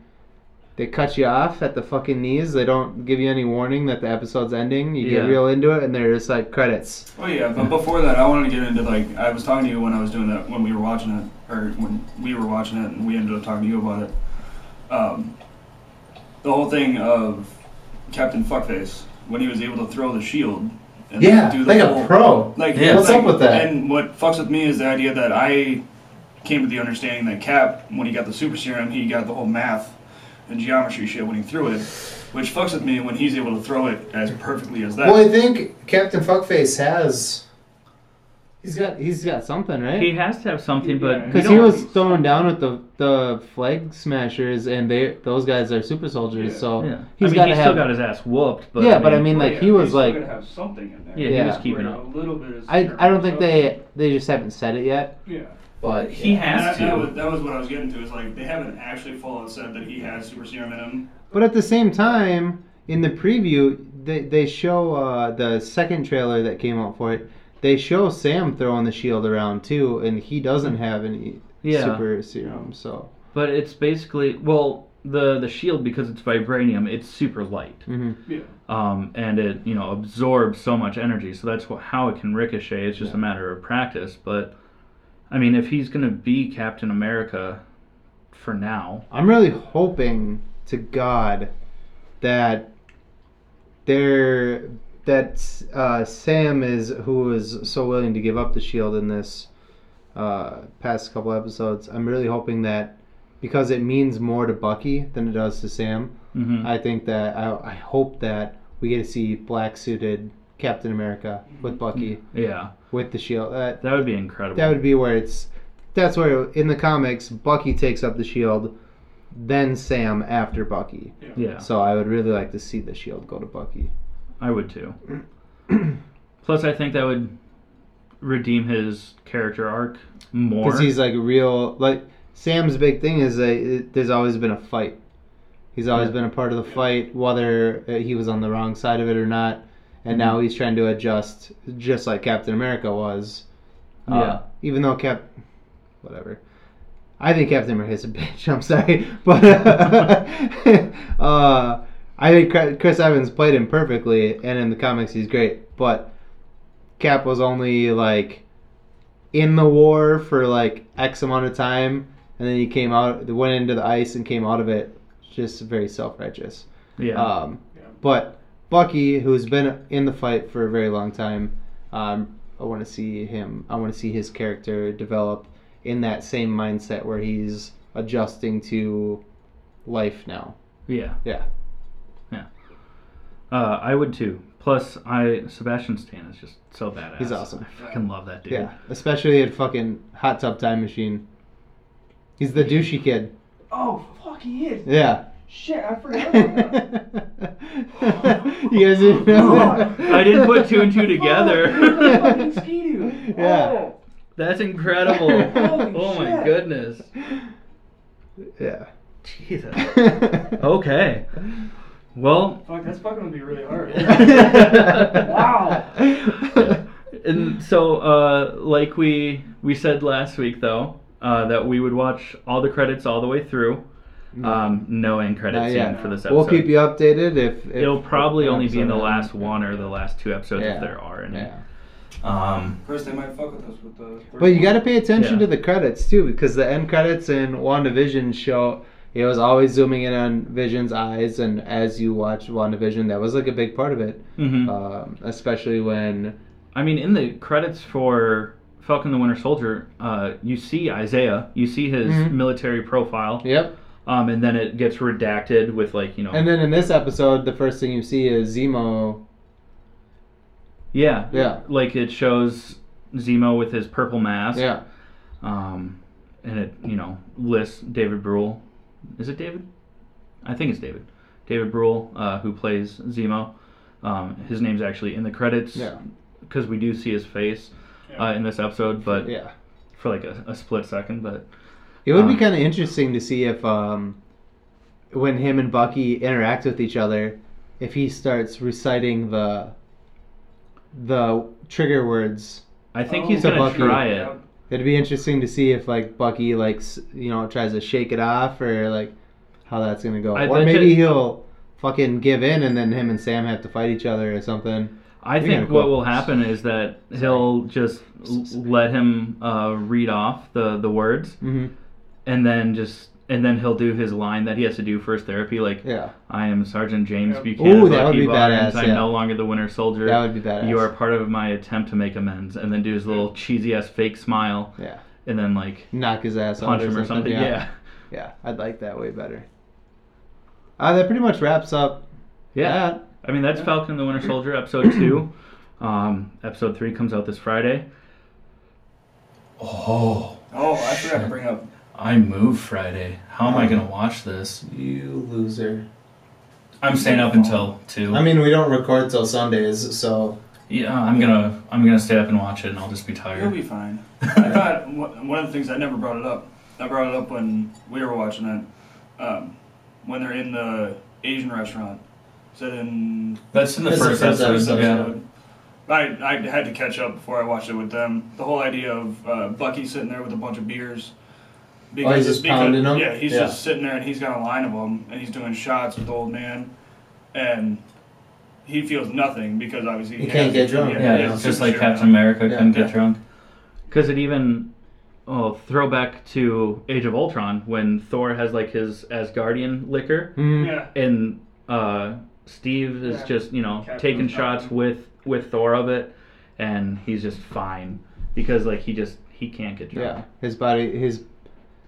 [SPEAKER 1] they cut you off at the fucking knees. They don't give you any warning that the episode's ending. You get
[SPEAKER 2] Yeah.
[SPEAKER 1] real into it, and they're just like credits.
[SPEAKER 3] Oh yeah, but before that, I wanted to get into like I was talking to you when I was doing that when we were watching it, or when we were watching it, and we ended up talking to you about it. Um, the whole thing of Captain Fuckface when he was able to throw the shield. And
[SPEAKER 1] pro.
[SPEAKER 3] Like,
[SPEAKER 2] Yeah.
[SPEAKER 1] What's
[SPEAKER 3] like-
[SPEAKER 1] up with that?
[SPEAKER 3] And what fucks with me is the idea that I came to the understanding that Cap, when he got the super serum, he got the whole math and geometry shit when he threw it, which fucks with me when he's able to throw it as perfectly as that.
[SPEAKER 1] Well, I think Captain Fuckface has. He's got he's got something
[SPEAKER 2] he
[SPEAKER 1] right.
[SPEAKER 2] has to have something, but.
[SPEAKER 1] Because
[SPEAKER 2] you
[SPEAKER 1] he
[SPEAKER 2] don't-
[SPEAKER 1] was thrown down with the the flag smashers, and they those guys are super soldiers.
[SPEAKER 3] Yeah.
[SPEAKER 1] So
[SPEAKER 2] Yeah.
[SPEAKER 1] he's
[SPEAKER 2] I mean,
[SPEAKER 1] got
[SPEAKER 2] he
[SPEAKER 1] to
[SPEAKER 2] still
[SPEAKER 1] have.
[SPEAKER 2] got his ass whooped, but.
[SPEAKER 1] yeah, but I mean, like
[SPEAKER 4] Yeah,
[SPEAKER 1] he
[SPEAKER 4] he's
[SPEAKER 1] was
[SPEAKER 4] still
[SPEAKER 1] like,
[SPEAKER 4] gonna have something in there.
[SPEAKER 2] Yeah,
[SPEAKER 1] Yeah.
[SPEAKER 2] he was keeping
[SPEAKER 4] Where
[SPEAKER 2] up.
[SPEAKER 4] A little bit is
[SPEAKER 1] I I don't think
[SPEAKER 4] something.
[SPEAKER 1] they they just haven't said it yet.
[SPEAKER 4] Yeah.
[SPEAKER 1] But
[SPEAKER 2] He
[SPEAKER 3] And
[SPEAKER 2] has
[SPEAKER 3] that, that, was,
[SPEAKER 2] to.
[SPEAKER 3] that was what I was getting to. Is like they haven't actually full out said that he has super serum in him.
[SPEAKER 1] But at the same time, in the preview, they they show uh, the second trailer that came out for it. They show Sam throwing the shield around too, and he doesn't have any
[SPEAKER 2] Yeah.
[SPEAKER 1] super serum. So
[SPEAKER 2] But it's basically. Well, the, the shield, because it's vibranium, it's super light.
[SPEAKER 1] mhm.
[SPEAKER 4] Yeah.
[SPEAKER 2] um, and it you know absorbs so much energy. So that's wh- how it can ricochet. It's just a matter of practice. But I mean, if he's gonna be Captain America for now,
[SPEAKER 1] I'm really hoping to God that there that uh, Sam is who is so willing to give up the shield in this uh, past couple episodes. I'm really hoping that because it means more to Bucky than it does to Sam.
[SPEAKER 2] Mhm.
[SPEAKER 1] I think that I, I hope that we get to see black suited Captain America with Bucky
[SPEAKER 2] yeah,
[SPEAKER 1] with the shield. That
[SPEAKER 2] that would be incredible.
[SPEAKER 1] that would be where it's. That's where in the comics Bucky takes up the shield, then Sam after Bucky.
[SPEAKER 2] yeah,
[SPEAKER 1] So I would really like to see the shield go to Bucky.
[SPEAKER 2] I would too. Plus, I think that would redeem his character arc more.
[SPEAKER 1] Because he's like a real like Sam's big thing is that it, there's always been a fight. He's always
[SPEAKER 2] Yeah.
[SPEAKER 1] been a part of the fight, whether uh, he was on the wrong side of it or not.
[SPEAKER 2] Mm-hmm.
[SPEAKER 1] And now he's trying to adjust, just like Captain America was. Uh,
[SPEAKER 2] Yeah.
[SPEAKER 1] Even though Cap, whatever. I think Captain America's a bitch. I'm sorry, but uh, I think Cra- Chris Evans played him perfectly, and in the comics he's great. But Cap was only like in the war for like X amount of time, and then he came out, went into the ice, and came out of it just very self righteous.
[SPEAKER 2] yeah.
[SPEAKER 1] Um,
[SPEAKER 3] Yeah.
[SPEAKER 1] But Bucky, who's been in the fight for a very long time, um, I want to see him. I want to see his character develop in that same mindset where he's adjusting to life now.
[SPEAKER 2] yeah.
[SPEAKER 1] Yeah.
[SPEAKER 2] Uh, I would too. Plus, I Sebastian Stan is just so badass.
[SPEAKER 1] He's awesome.
[SPEAKER 2] I fucking love that dude.
[SPEAKER 1] Yeah. Especially at fucking Hot Tub Time Machine. He's the douchey kid.
[SPEAKER 3] Oh, fuck, he is.
[SPEAKER 1] Yeah.
[SPEAKER 3] Shit, I
[SPEAKER 1] you
[SPEAKER 3] forgot about that.
[SPEAKER 1] guys didn't know that?
[SPEAKER 2] I didn't put two and two together.
[SPEAKER 3] Oh, fucking Skidoo.
[SPEAKER 1] Yeah.
[SPEAKER 3] Oh.
[SPEAKER 2] That's incredible.
[SPEAKER 1] Holy
[SPEAKER 2] oh my
[SPEAKER 3] shit.
[SPEAKER 2] goodness.
[SPEAKER 3] Oh.
[SPEAKER 1] Yeah.
[SPEAKER 2] Jesus. Oh, Okay. Well,
[SPEAKER 3] Fuck, that's fucking gonna be really hard.
[SPEAKER 2] Wow. and so uh, like we we said last week though uh, that we would watch all the credits all the way through. Um, no end
[SPEAKER 1] Mm-hmm. Not
[SPEAKER 2] credits
[SPEAKER 1] yet.
[SPEAKER 2] scene for this episode.
[SPEAKER 1] We'll keep you updated if, if
[SPEAKER 2] It'll probably only be in the
[SPEAKER 1] episode-
[SPEAKER 2] last one or the last two episodes
[SPEAKER 1] Yeah.
[SPEAKER 2] if there are any.
[SPEAKER 1] Yeah.
[SPEAKER 2] Um,
[SPEAKER 3] Of course, they might fuck with us with the. third
[SPEAKER 1] But you
[SPEAKER 3] one.
[SPEAKER 1] got to pay attention to
[SPEAKER 2] Yeah.
[SPEAKER 1] the credits too, because the end credits in WandaVision show it was always zooming in on Vision's eyes, and as you watch WandaVision, that was like a big part of it,
[SPEAKER 2] mhm.
[SPEAKER 1] um, especially when
[SPEAKER 2] I mean, in the credits for Falcon the Winter Soldier, uh, you see Isaiah, you see his
[SPEAKER 1] Mhm.
[SPEAKER 2] military profile,
[SPEAKER 1] yep.
[SPEAKER 2] um, and then it gets redacted with like you know,
[SPEAKER 1] And then in this episode, the first thing you see is Zemo.
[SPEAKER 2] yeah,
[SPEAKER 1] Yeah.
[SPEAKER 2] like it shows Zemo with his purple mask,
[SPEAKER 1] Yeah,
[SPEAKER 2] um, and it you know lists David Brule, is it David? I think it's David, David Brule, uh, who plays Zemo. Um, his name's actually in the credits
[SPEAKER 1] yeah,
[SPEAKER 2] because we do see his face
[SPEAKER 3] Yeah.
[SPEAKER 2] uh, in this episode, but
[SPEAKER 1] yeah.
[SPEAKER 2] for like a, a split second, but
[SPEAKER 1] It would be
[SPEAKER 2] Um,
[SPEAKER 1] kind of interesting to see if um, when him and Bucky interact with each other, if he starts reciting the the trigger words.
[SPEAKER 2] I think
[SPEAKER 3] Oh.
[SPEAKER 2] he's
[SPEAKER 1] So
[SPEAKER 2] gonna
[SPEAKER 1] Bucky-
[SPEAKER 2] try it.
[SPEAKER 3] Yeah.
[SPEAKER 1] It'd be interesting to see if like Bucky like s- you know tries to shake it off or like how that's gonna go,
[SPEAKER 2] I
[SPEAKER 1] or
[SPEAKER 2] bet
[SPEAKER 1] maybe
[SPEAKER 2] you-
[SPEAKER 1] he'll fucking give in and then him and Sam have to fight each other or something.
[SPEAKER 2] I
[SPEAKER 1] We
[SPEAKER 2] think
[SPEAKER 1] gotta
[SPEAKER 2] what
[SPEAKER 1] go.
[SPEAKER 2] will happen is that he'll just l- let him uh, read off the, the words,
[SPEAKER 1] hmm
[SPEAKER 2] and then just and then he'll do his line that he has to do for his therapy, like
[SPEAKER 1] Yeah,
[SPEAKER 2] "I am Sergeant James
[SPEAKER 3] Yeah.
[SPEAKER 2] Buchanan,
[SPEAKER 1] Ooh, that
[SPEAKER 2] Bucky
[SPEAKER 1] would be
[SPEAKER 2] Barnes.
[SPEAKER 1] badass,
[SPEAKER 2] I'm
[SPEAKER 1] yeah.
[SPEAKER 2] no longer the Winter Soldier.
[SPEAKER 1] that would be badass.
[SPEAKER 2] you are part of my attempt to make amends." And then do his little cheesy ass fake smile,
[SPEAKER 1] yeah,
[SPEAKER 2] and then like
[SPEAKER 1] knock his ass
[SPEAKER 2] punch
[SPEAKER 1] out
[SPEAKER 2] him or something. Yeah. yeah,
[SPEAKER 1] Yeah, I'd like that way better. Uh, that pretty much wraps up. that.
[SPEAKER 2] I mean that's
[SPEAKER 3] Yeah.
[SPEAKER 2] Falcon and the Winter Soldier episode two. Um, episode three comes out this Friday. Oh.
[SPEAKER 3] Oh, I forgot to bring up.
[SPEAKER 2] I move Friday. How am I gonna watch this?
[SPEAKER 1] You loser.
[SPEAKER 2] I'm staying up until two.
[SPEAKER 1] Oh. I mean, we don't record till Sundays, so
[SPEAKER 2] yeah, I'm gonna I'm gonna stay up and watch it, and I'll just be
[SPEAKER 3] You'll
[SPEAKER 2] tired.
[SPEAKER 3] be fine. I thought one one of the things I never brought it up. I brought it up when we were watching it. Um, when they're in the Asian restaurant. Is that in
[SPEAKER 2] That's in the
[SPEAKER 1] That's the
[SPEAKER 2] first,
[SPEAKER 1] first
[SPEAKER 2] episode.
[SPEAKER 1] episode,
[SPEAKER 2] Yeah.
[SPEAKER 3] I, I had to catch up before I watched it with them. The whole idea of uh, Bucky sitting there with a bunch of beers.
[SPEAKER 1] Oh, he's just pounding 'em?
[SPEAKER 3] Yeah, he's
[SPEAKER 1] Yeah.
[SPEAKER 3] just sitting there and he's got a line of them and he's doing shots with the old man. And he feels nothing because obviously
[SPEAKER 1] He can't
[SPEAKER 3] has-
[SPEAKER 1] get drunk.
[SPEAKER 2] Yeah,
[SPEAKER 1] Yeah,
[SPEAKER 3] he has
[SPEAKER 1] no.
[SPEAKER 2] it's
[SPEAKER 3] a
[SPEAKER 2] just like
[SPEAKER 3] superhero.
[SPEAKER 2] Captain America
[SPEAKER 1] Yeah.
[SPEAKER 2] couldn't get
[SPEAKER 3] Yeah.
[SPEAKER 2] drunk. Because it even, oh, throwback to Age of Ultron when Thor has like his Asgardian liquor,
[SPEAKER 1] mm,
[SPEAKER 3] Yeah.
[SPEAKER 2] and uh, Steve is
[SPEAKER 3] Hmm. Yeah.
[SPEAKER 2] just you know
[SPEAKER 3] Captain
[SPEAKER 2] taking
[SPEAKER 3] Falcon.
[SPEAKER 2] shots with with Thor of it, and he's just fine because like he just he can't get drunk.
[SPEAKER 1] yeah, his body, his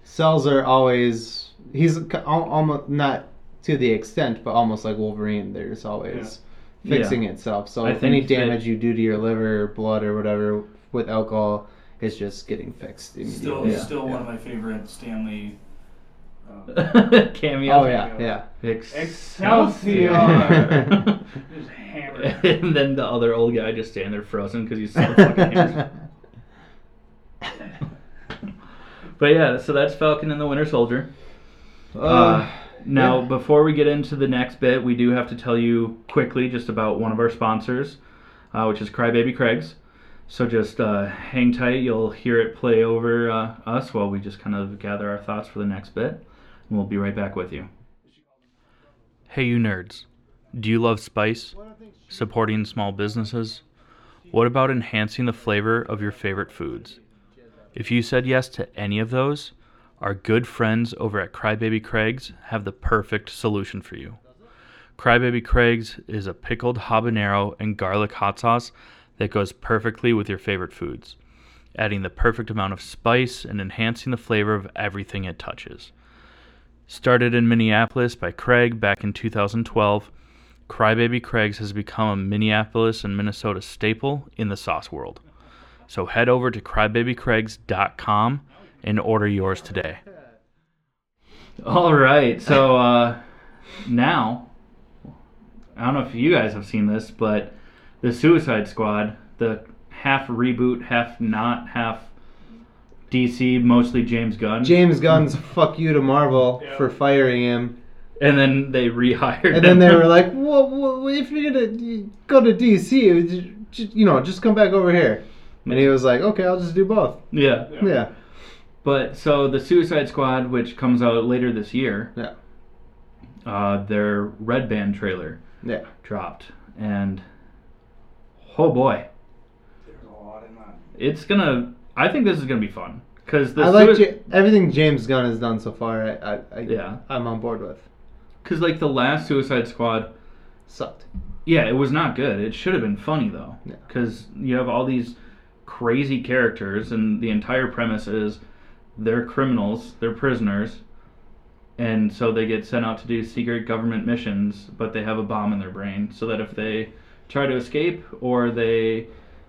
[SPEAKER 1] cells are always. He's almost not to the extent, but almost like Wolverine. There's always
[SPEAKER 2] Yeah.
[SPEAKER 1] fixing itself. So
[SPEAKER 2] I
[SPEAKER 1] any
[SPEAKER 2] think that-
[SPEAKER 1] damage you do to your liver, or blood, or whatever with alcohol, it's just getting fixed
[SPEAKER 3] Still,
[SPEAKER 1] immediately. yeah.
[SPEAKER 3] still
[SPEAKER 1] yeah.
[SPEAKER 3] one of my favorite Stanley. Um,
[SPEAKER 2] cameo.
[SPEAKER 3] Oh,
[SPEAKER 1] Oh yeah, yeah.
[SPEAKER 2] Excelsior.
[SPEAKER 3] Excelsior. just whatever.
[SPEAKER 2] and then the other old guy just standing there frozen because he's so fucking hammered. But yeah, so that's Falcon and the Winter Soldier.
[SPEAKER 1] Oh.
[SPEAKER 2] Uh, now,
[SPEAKER 1] yeah.
[SPEAKER 2] before we get into the next bit, we do have to tell you quickly just about one of our sponsors, uh, which is Crybaby Craig's. So just uh, hang tight. You'll hear it play over uh, us while we just kind of gather our thoughts for the next bit. And we'll be right back with you. Hey, you nerds. Do you love spice? Supporting small businesses? What about enhancing the flavor of your favorite foods? If you said yes to any of those, our good friends over at Crybaby Craig's have the perfect solution for you. Crybaby Craig's is a pickled habanero and garlic hot sauce that goes perfectly with your favorite foods, adding the perfect amount of spice and enhancing the flavor of everything it touches. Started in Minneapolis by Craig back in 2012, Crybaby Craig's has become a Minneapolis and Minnesota staple in the sauce world. So head over to crybabycraigs.com and order yours today. All right. So uh, now, I don't know if you guys have seen this, but the Suicide Squad, the half reboot, half not, half DC, mostly James Gunn.
[SPEAKER 1] James Gunn's fuck you to Marvel for firing him.
[SPEAKER 2] and then they rehired
[SPEAKER 1] And then
[SPEAKER 2] him.
[SPEAKER 1] they were like, well, well, if you're going to go to DC, ju- ju- you know, just come back over here. And he was like, okay, I'll just do both.
[SPEAKER 2] yeah.
[SPEAKER 1] Yeah.
[SPEAKER 2] But so the Suicide Squad, which comes out later this year,
[SPEAKER 1] Yeah.
[SPEAKER 2] uh, their Red Band trailer
[SPEAKER 1] Yeah.
[SPEAKER 2] dropped, and oh boy,
[SPEAKER 3] There's a lot in that.
[SPEAKER 2] it's gonna. I think this is gonna be fun because the
[SPEAKER 1] I like
[SPEAKER 2] sui-
[SPEAKER 1] Ja- everything James Gunn has done so far. I, I, I,
[SPEAKER 2] Yeah.
[SPEAKER 1] I'm on board with.
[SPEAKER 2] Because like the last Suicide Squad,
[SPEAKER 1] Sucked.
[SPEAKER 2] yeah, it was not good. It should have been funny though,
[SPEAKER 1] Yeah.
[SPEAKER 2] because you have all these crazy characters, and the entire premise is they're criminals, they're prisoners, and so they get sent out to do secret government missions, but they have a bomb in their brain, so that if they try to escape or they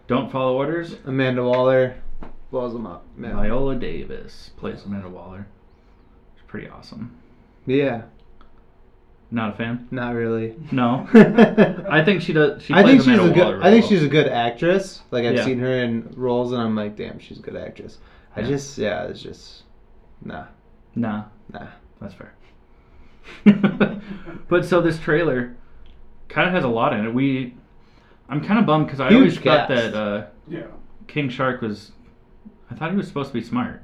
[SPEAKER 2] don't follow orders,
[SPEAKER 1] Amanda Waller blows him up. Man.
[SPEAKER 2] Viola Davis plays Amanda Waller. It's pretty awesome.
[SPEAKER 1] Yeah.
[SPEAKER 2] Not a fan.
[SPEAKER 1] Not really.
[SPEAKER 2] No,
[SPEAKER 1] I
[SPEAKER 2] I think she does. She plays
[SPEAKER 1] I think she's
[SPEAKER 2] Amanda
[SPEAKER 1] a
[SPEAKER 2] Waller
[SPEAKER 1] good. I
[SPEAKER 2] really
[SPEAKER 1] think
[SPEAKER 2] well.
[SPEAKER 1] she's a good actress. Like I've
[SPEAKER 2] Yeah.
[SPEAKER 1] seen her in roles, and I'm like, damn, she's a good actress. I
[SPEAKER 2] Yeah.
[SPEAKER 1] just, yeah, it's just, nah,
[SPEAKER 2] Nah,
[SPEAKER 1] nah.
[SPEAKER 2] that's fair. but so this trailer kind of has a lot in it. We, I'm kind of bummed because I
[SPEAKER 1] Huge
[SPEAKER 2] always thought
[SPEAKER 1] cast.
[SPEAKER 2] that uh,
[SPEAKER 3] Yeah.
[SPEAKER 2] King Shark was. I thought he was supposed to be smart.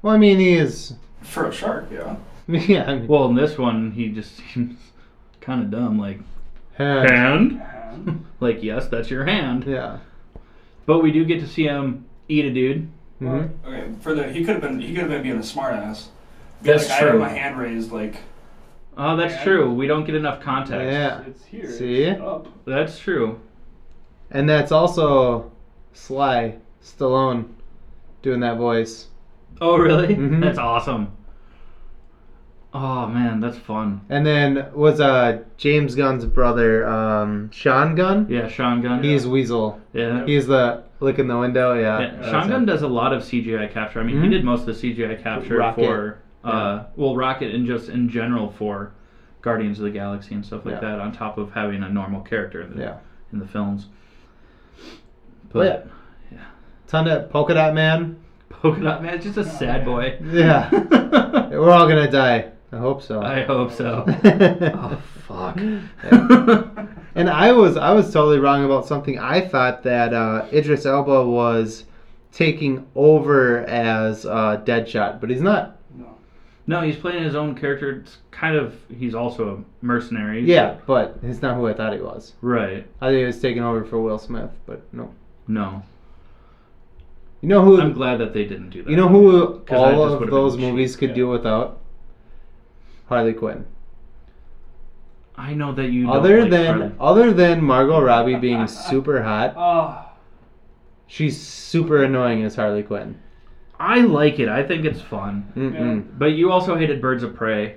[SPEAKER 1] Well, I mean, he is.
[SPEAKER 3] For a shark, yeah.
[SPEAKER 1] Yeah. I mean,
[SPEAKER 2] Well, in this one, he just seems kind of dumb. Like
[SPEAKER 1] hand.
[SPEAKER 2] hand,
[SPEAKER 3] And
[SPEAKER 2] like yes, that's your hand.
[SPEAKER 1] Yeah.
[SPEAKER 2] But we do get to see him eat a dude.
[SPEAKER 1] hmm
[SPEAKER 3] Okay, for the he could have been he could have been being a smartass.
[SPEAKER 2] That's
[SPEAKER 3] like, I
[SPEAKER 2] true.
[SPEAKER 3] had my hand raised like
[SPEAKER 2] Oh, that's
[SPEAKER 3] Yeah.
[SPEAKER 2] true. We don't get enough context.
[SPEAKER 1] Yeah.
[SPEAKER 3] it's here.
[SPEAKER 1] See?
[SPEAKER 3] It's up.
[SPEAKER 2] That's true.
[SPEAKER 1] And that's also Sly Stallone doing that voice.
[SPEAKER 2] Oh, really?
[SPEAKER 1] Mhm.
[SPEAKER 2] That's awesome. Oh, man, that's fun.
[SPEAKER 1] And then was uh James Gunn's brother, um, Sean Gunn.
[SPEAKER 2] Yeah, Sean Gunn.
[SPEAKER 1] He's Weasel.
[SPEAKER 2] yeah.
[SPEAKER 1] He's the look in the window. Yeah.
[SPEAKER 2] yeah.
[SPEAKER 1] Uh, that's
[SPEAKER 2] Sean Gunn
[SPEAKER 1] it.
[SPEAKER 2] does a lot of CGI capture. I mean, he
[SPEAKER 1] Mhm.
[SPEAKER 2] did most of the CGI capture
[SPEAKER 1] Rocket.
[SPEAKER 2] for, uh, well, Rocket and just in general for Guardians of the Galaxy and stuff like
[SPEAKER 1] Yeah.
[SPEAKER 2] that. On top of having a normal character in the,
[SPEAKER 1] Yeah. Oh,
[SPEAKER 2] in the films.
[SPEAKER 1] But- Ton of polka dot man.
[SPEAKER 2] Polka Dot Man, just a sad boy.
[SPEAKER 1] Oh, Yeah. We're all gonna die. I hope so.
[SPEAKER 2] I hope so.
[SPEAKER 1] oh
[SPEAKER 2] oh fuck.
[SPEAKER 1] And I was I was totally wrong about something. I thought that uh, Idris Elba was taking over as uh, Deadshot, but he's not.
[SPEAKER 3] No.
[SPEAKER 2] no, he's playing his own character. It's kind of he's also a mercenary.
[SPEAKER 1] Yeah, but he's not who I thought he was.
[SPEAKER 2] Right.
[SPEAKER 1] I think he was taking over for Will Smith, but no.
[SPEAKER 2] No.
[SPEAKER 1] You know who?
[SPEAKER 2] I'm glad that they didn't do that.
[SPEAKER 1] you know who
[SPEAKER 2] 'Cause I
[SPEAKER 1] all
[SPEAKER 2] just
[SPEAKER 1] of
[SPEAKER 2] would've
[SPEAKER 1] those
[SPEAKER 2] been cheap,
[SPEAKER 1] movies could
[SPEAKER 3] yeah.
[SPEAKER 1] do without? Harley Quinn.
[SPEAKER 2] I know that you. don't
[SPEAKER 1] Other
[SPEAKER 2] like
[SPEAKER 1] than
[SPEAKER 2] Harley.
[SPEAKER 1] other than Margot Robbie being super hot,
[SPEAKER 3] Oh,
[SPEAKER 1] she's super annoying as Harley Quinn.
[SPEAKER 2] I like it. I think it's fun.
[SPEAKER 1] Mm-mm.
[SPEAKER 2] But you also hated Birds of Prey.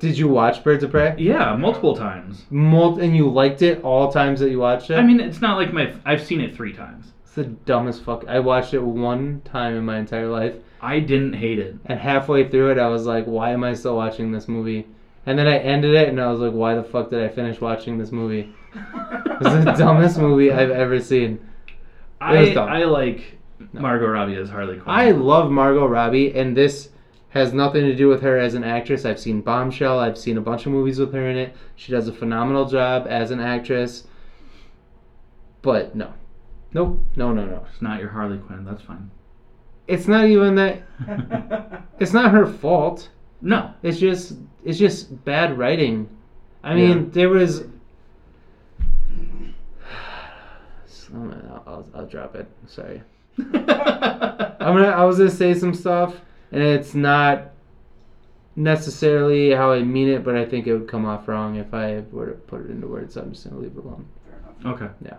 [SPEAKER 1] Did you watch Birds of Prey?
[SPEAKER 2] Yeah, multiple times.
[SPEAKER 1] Mult and you liked it all times that you watched it.
[SPEAKER 2] I mean, it's not like my. I've seen it three times.
[SPEAKER 1] it's the dumbest fuck. I watched it one time in my entire life,
[SPEAKER 2] I didn't hate it.
[SPEAKER 1] and halfway through it, I was like, "Why am I still watching this movie?" And then I ended it, and I was like, "Why the fuck did I finish watching this movie? This is the dumbest movie I've ever seen."
[SPEAKER 2] I,
[SPEAKER 1] was dumb.
[SPEAKER 2] I like Margot Robbie as Harley Quinn.
[SPEAKER 1] I love Margot Robbie, and this has nothing to do with her as an actress. I've seen Bombshell. I've seen a bunch of movies with her in it. She does a phenomenal job as an actress. But no, nope, no, no, no.
[SPEAKER 2] it's not your Harley Quinn. That's fine.
[SPEAKER 1] It's not even that. It's not her fault.
[SPEAKER 2] no.
[SPEAKER 1] It's just it's just bad writing. I mean,
[SPEAKER 2] Yeah.
[SPEAKER 1] there was. I'll, I'll, I'll drop it. Sorry. I'm gonna. I was gonna say some stuff, and it's not necessarily how I mean it, but I think it would come off wrong if I were to put it into words. So I'm just gonna leave it alone.
[SPEAKER 3] Fair enough.
[SPEAKER 2] okay.
[SPEAKER 1] Yeah.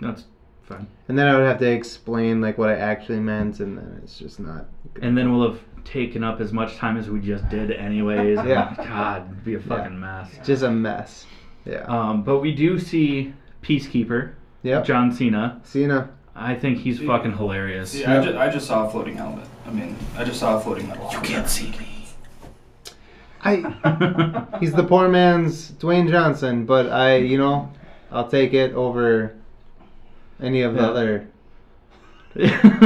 [SPEAKER 2] That's fine.
[SPEAKER 1] And then I would have to explain like what I actually meant, and then it's just not.
[SPEAKER 2] And then we'll have taken up as much time as we just did, anyways. and,
[SPEAKER 1] Yeah.
[SPEAKER 2] God, it'd be a fucking mess.
[SPEAKER 1] just a mess. Yeah.
[SPEAKER 2] Um, but we do see Peacekeeper,
[SPEAKER 1] yep.
[SPEAKER 2] John Cena.
[SPEAKER 1] Cena.
[SPEAKER 2] I think he's
[SPEAKER 3] See-
[SPEAKER 2] fucking hilarious.
[SPEAKER 3] See, I, ju- I just saw a floating helmet. I mean, I just saw a floating metal. You can't see me.
[SPEAKER 1] I. He's the poor man's Dwayne Johnson, but I, you know, I'll take it over any of the
[SPEAKER 2] Yeah.
[SPEAKER 1] other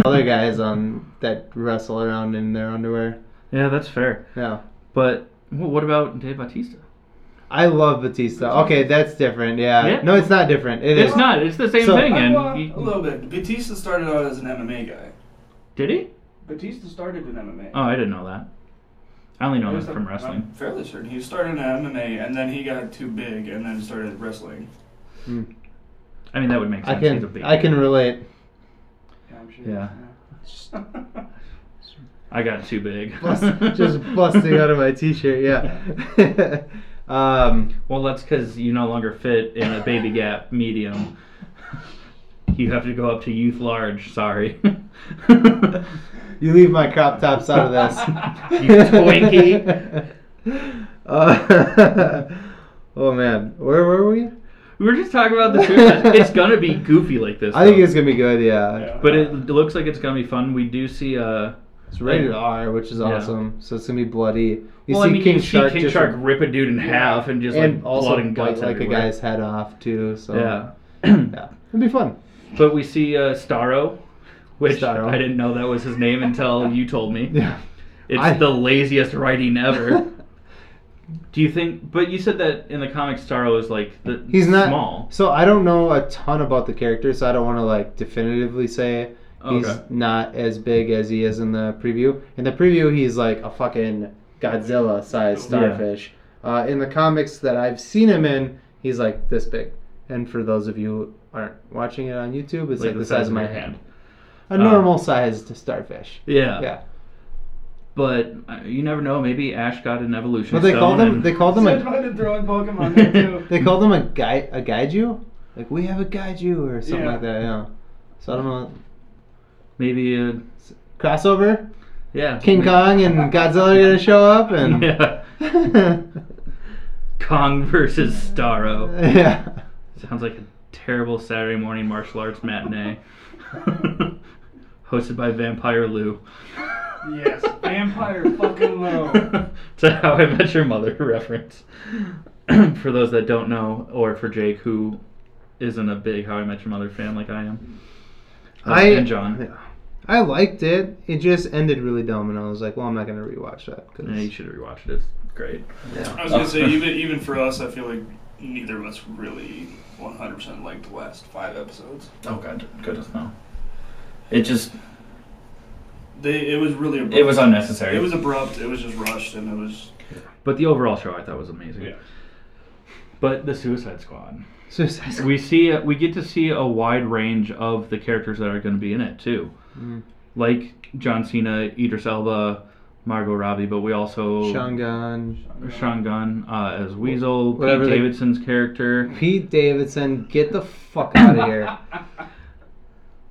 [SPEAKER 1] other guys on that wrestle around in their underwear.
[SPEAKER 2] Yeah, that's fair.
[SPEAKER 1] Yeah.
[SPEAKER 2] But wh- what about Dave Bautista?
[SPEAKER 1] I love Batista. Okay, that's different. Yeah.
[SPEAKER 2] Yeah.
[SPEAKER 1] No, it's not different. It
[SPEAKER 2] it's
[SPEAKER 1] is.
[SPEAKER 2] not. It's the same
[SPEAKER 1] So-
[SPEAKER 2] thing. And
[SPEAKER 3] Well,
[SPEAKER 2] he-
[SPEAKER 3] a little bit. Batista started out as an MMA guy.
[SPEAKER 2] did he?
[SPEAKER 3] Batista started in MMA.
[SPEAKER 2] Oh, I didn't know that. I only know
[SPEAKER 3] I
[SPEAKER 2] him
[SPEAKER 3] was-
[SPEAKER 2] from
[SPEAKER 3] I'm
[SPEAKER 2] wrestling.
[SPEAKER 3] fairly certain he started in MMA and then he got too big and then started wrestling.
[SPEAKER 1] Mm.
[SPEAKER 2] I mean, that would make
[SPEAKER 1] I
[SPEAKER 2] sense. He's a
[SPEAKER 1] can
[SPEAKER 2] big
[SPEAKER 1] I can
[SPEAKER 2] guy.
[SPEAKER 1] relate.
[SPEAKER 3] Yeah, I'm sure.
[SPEAKER 2] Yeah.
[SPEAKER 3] yeah.
[SPEAKER 2] I got too big.
[SPEAKER 1] Bust, just busting out of my t-shirt. Yeah. um,
[SPEAKER 2] Well, that's because you no longer fit in a baby gap medium. You have to go up to youth large. Sorry.
[SPEAKER 1] you leave my crop tops out of this.
[SPEAKER 2] You Twinkie.
[SPEAKER 1] Uh, oh man, where were we?
[SPEAKER 2] we were just talking about the Suicide. It's gonna be goofy like this.
[SPEAKER 1] I think
[SPEAKER 2] though.
[SPEAKER 1] it's gonna be good. Yeah.
[SPEAKER 3] Yeah.
[SPEAKER 2] But it looks like it's gonna be fun. We do see uh
[SPEAKER 1] It's rated R, which is
[SPEAKER 2] Yeah.
[SPEAKER 1] awesome. So it's gonna be bloody. You
[SPEAKER 2] well, I mean, you see King
[SPEAKER 1] just-
[SPEAKER 2] Shark rip a dude in half and just like
[SPEAKER 1] and also
[SPEAKER 2] blood and
[SPEAKER 1] bite
[SPEAKER 2] guts
[SPEAKER 1] like
[SPEAKER 2] everywhere.
[SPEAKER 1] a guy's head off too. So
[SPEAKER 2] Yeah.
[SPEAKER 1] yeah. it'll be fun.
[SPEAKER 2] But we see uh, Starro, which
[SPEAKER 1] Starro.
[SPEAKER 2] I didn't know that was his name until you told me.
[SPEAKER 1] Yeah,
[SPEAKER 2] It's
[SPEAKER 1] I-
[SPEAKER 2] the laziest writing ever. Do you think? But you said that in the comic, Starro is like the
[SPEAKER 1] he's not
[SPEAKER 2] small.
[SPEAKER 1] So I don't know a ton about the character, so I don't want to like definitively say he's
[SPEAKER 2] Okay.
[SPEAKER 1] not as big as he is in the preview. In the preview, he's like a fucking Godzilla-sized
[SPEAKER 2] Yeah.
[SPEAKER 1] starfish. Uh, in the comics that I've seen him in, he's like this big. And for those of you who aren't watching it on YouTube, it's like, the, size, of my
[SPEAKER 2] your
[SPEAKER 1] hand.
[SPEAKER 2] hand.
[SPEAKER 1] A normal sized starfish.
[SPEAKER 2] Yeah.
[SPEAKER 1] Yeah.
[SPEAKER 2] But uh, you never know. Maybe Ash got an evolution.
[SPEAKER 1] But they called
[SPEAKER 2] stone
[SPEAKER 1] him.
[SPEAKER 2] and-
[SPEAKER 1] They called him
[SPEAKER 3] So I
[SPEAKER 1] a.
[SPEAKER 3] tried to throw in Pokemon there too.
[SPEAKER 1] They called him a guy. A gaiju. Like we have a gaiju or something
[SPEAKER 3] Yeah.
[SPEAKER 1] like that. Yeah. So I don't know.
[SPEAKER 2] maybe uh,
[SPEAKER 1] Crossover.
[SPEAKER 2] yeah.
[SPEAKER 1] King Kong and Godzilla are gonna show up and.
[SPEAKER 2] Yeah. Kong versus Starro.
[SPEAKER 1] yeah.
[SPEAKER 2] Sounds like a terrible Saturday morning martial arts matinee. Hosted by Vampire Lou.
[SPEAKER 3] Yes, Vampire fucking Lou.
[SPEAKER 2] It's a How I Met Your Mother reference. for those that don't know, or for Jake, who isn't a big How I Met Your Mother fan like I am. Uh,
[SPEAKER 1] I
[SPEAKER 2] and John.
[SPEAKER 1] yeah. I liked it. It just ended really dumb, and I was like, "Well, I'm not gonna rewatch that." Cause,
[SPEAKER 2] Yeah, you should rewatch it. It's great.
[SPEAKER 3] I was gonna say even even for us, I feel like neither of us really 100% liked the last five episodes.
[SPEAKER 2] Oh, good. Good to know.
[SPEAKER 4] It just
[SPEAKER 3] They it was really abrupt.
[SPEAKER 4] it was unnecessary.
[SPEAKER 3] It was abrupt. It was just rushed, and it was
[SPEAKER 2] But the overall show I thought was amazing. But the Suicide Squad.
[SPEAKER 1] Suicide Squad.
[SPEAKER 2] we see we get to see a wide range of the characters that are going to be in it too,
[SPEAKER 1] Mm.
[SPEAKER 2] like John Cena, Idris Elba, Margot Robbie, but we also
[SPEAKER 1] Shangan,
[SPEAKER 2] Sean Gunn uh, as Weasel,
[SPEAKER 1] Whatever
[SPEAKER 2] Pete
[SPEAKER 1] they-
[SPEAKER 2] Davidson's character,
[SPEAKER 1] Pete Davidson, get the fuck out of here.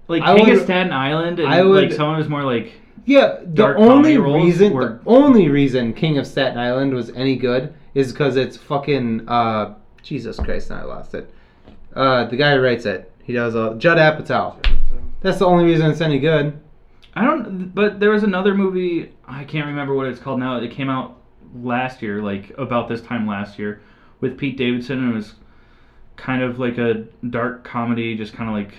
[SPEAKER 2] like
[SPEAKER 1] I
[SPEAKER 2] King of
[SPEAKER 1] would-
[SPEAKER 2] Staten Island, and
[SPEAKER 1] I would-
[SPEAKER 2] like someone who's more like
[SPEAKER 1] Yeah, the
[SPEAKER 2] dark
[SPEAKER 1] only
[SPEAKER 2] comedy roles
[SPEAKER 1] reason
[SPEAKER 2] were-
[SPEAKER 1] the only reason King of Staten Island was any good is because it's fucking uh, Jesus Christ, now I lost it. Uh, the guy who writes it, he does all Judd Apatow. That's the only reason it's any good.
[SPEAKER 2] I don't. But there was another movie I can't remember what it's called now. It came out last year, like about this time last year, with Pete Davidson, and it was kind of like a dark comedy, just kind of like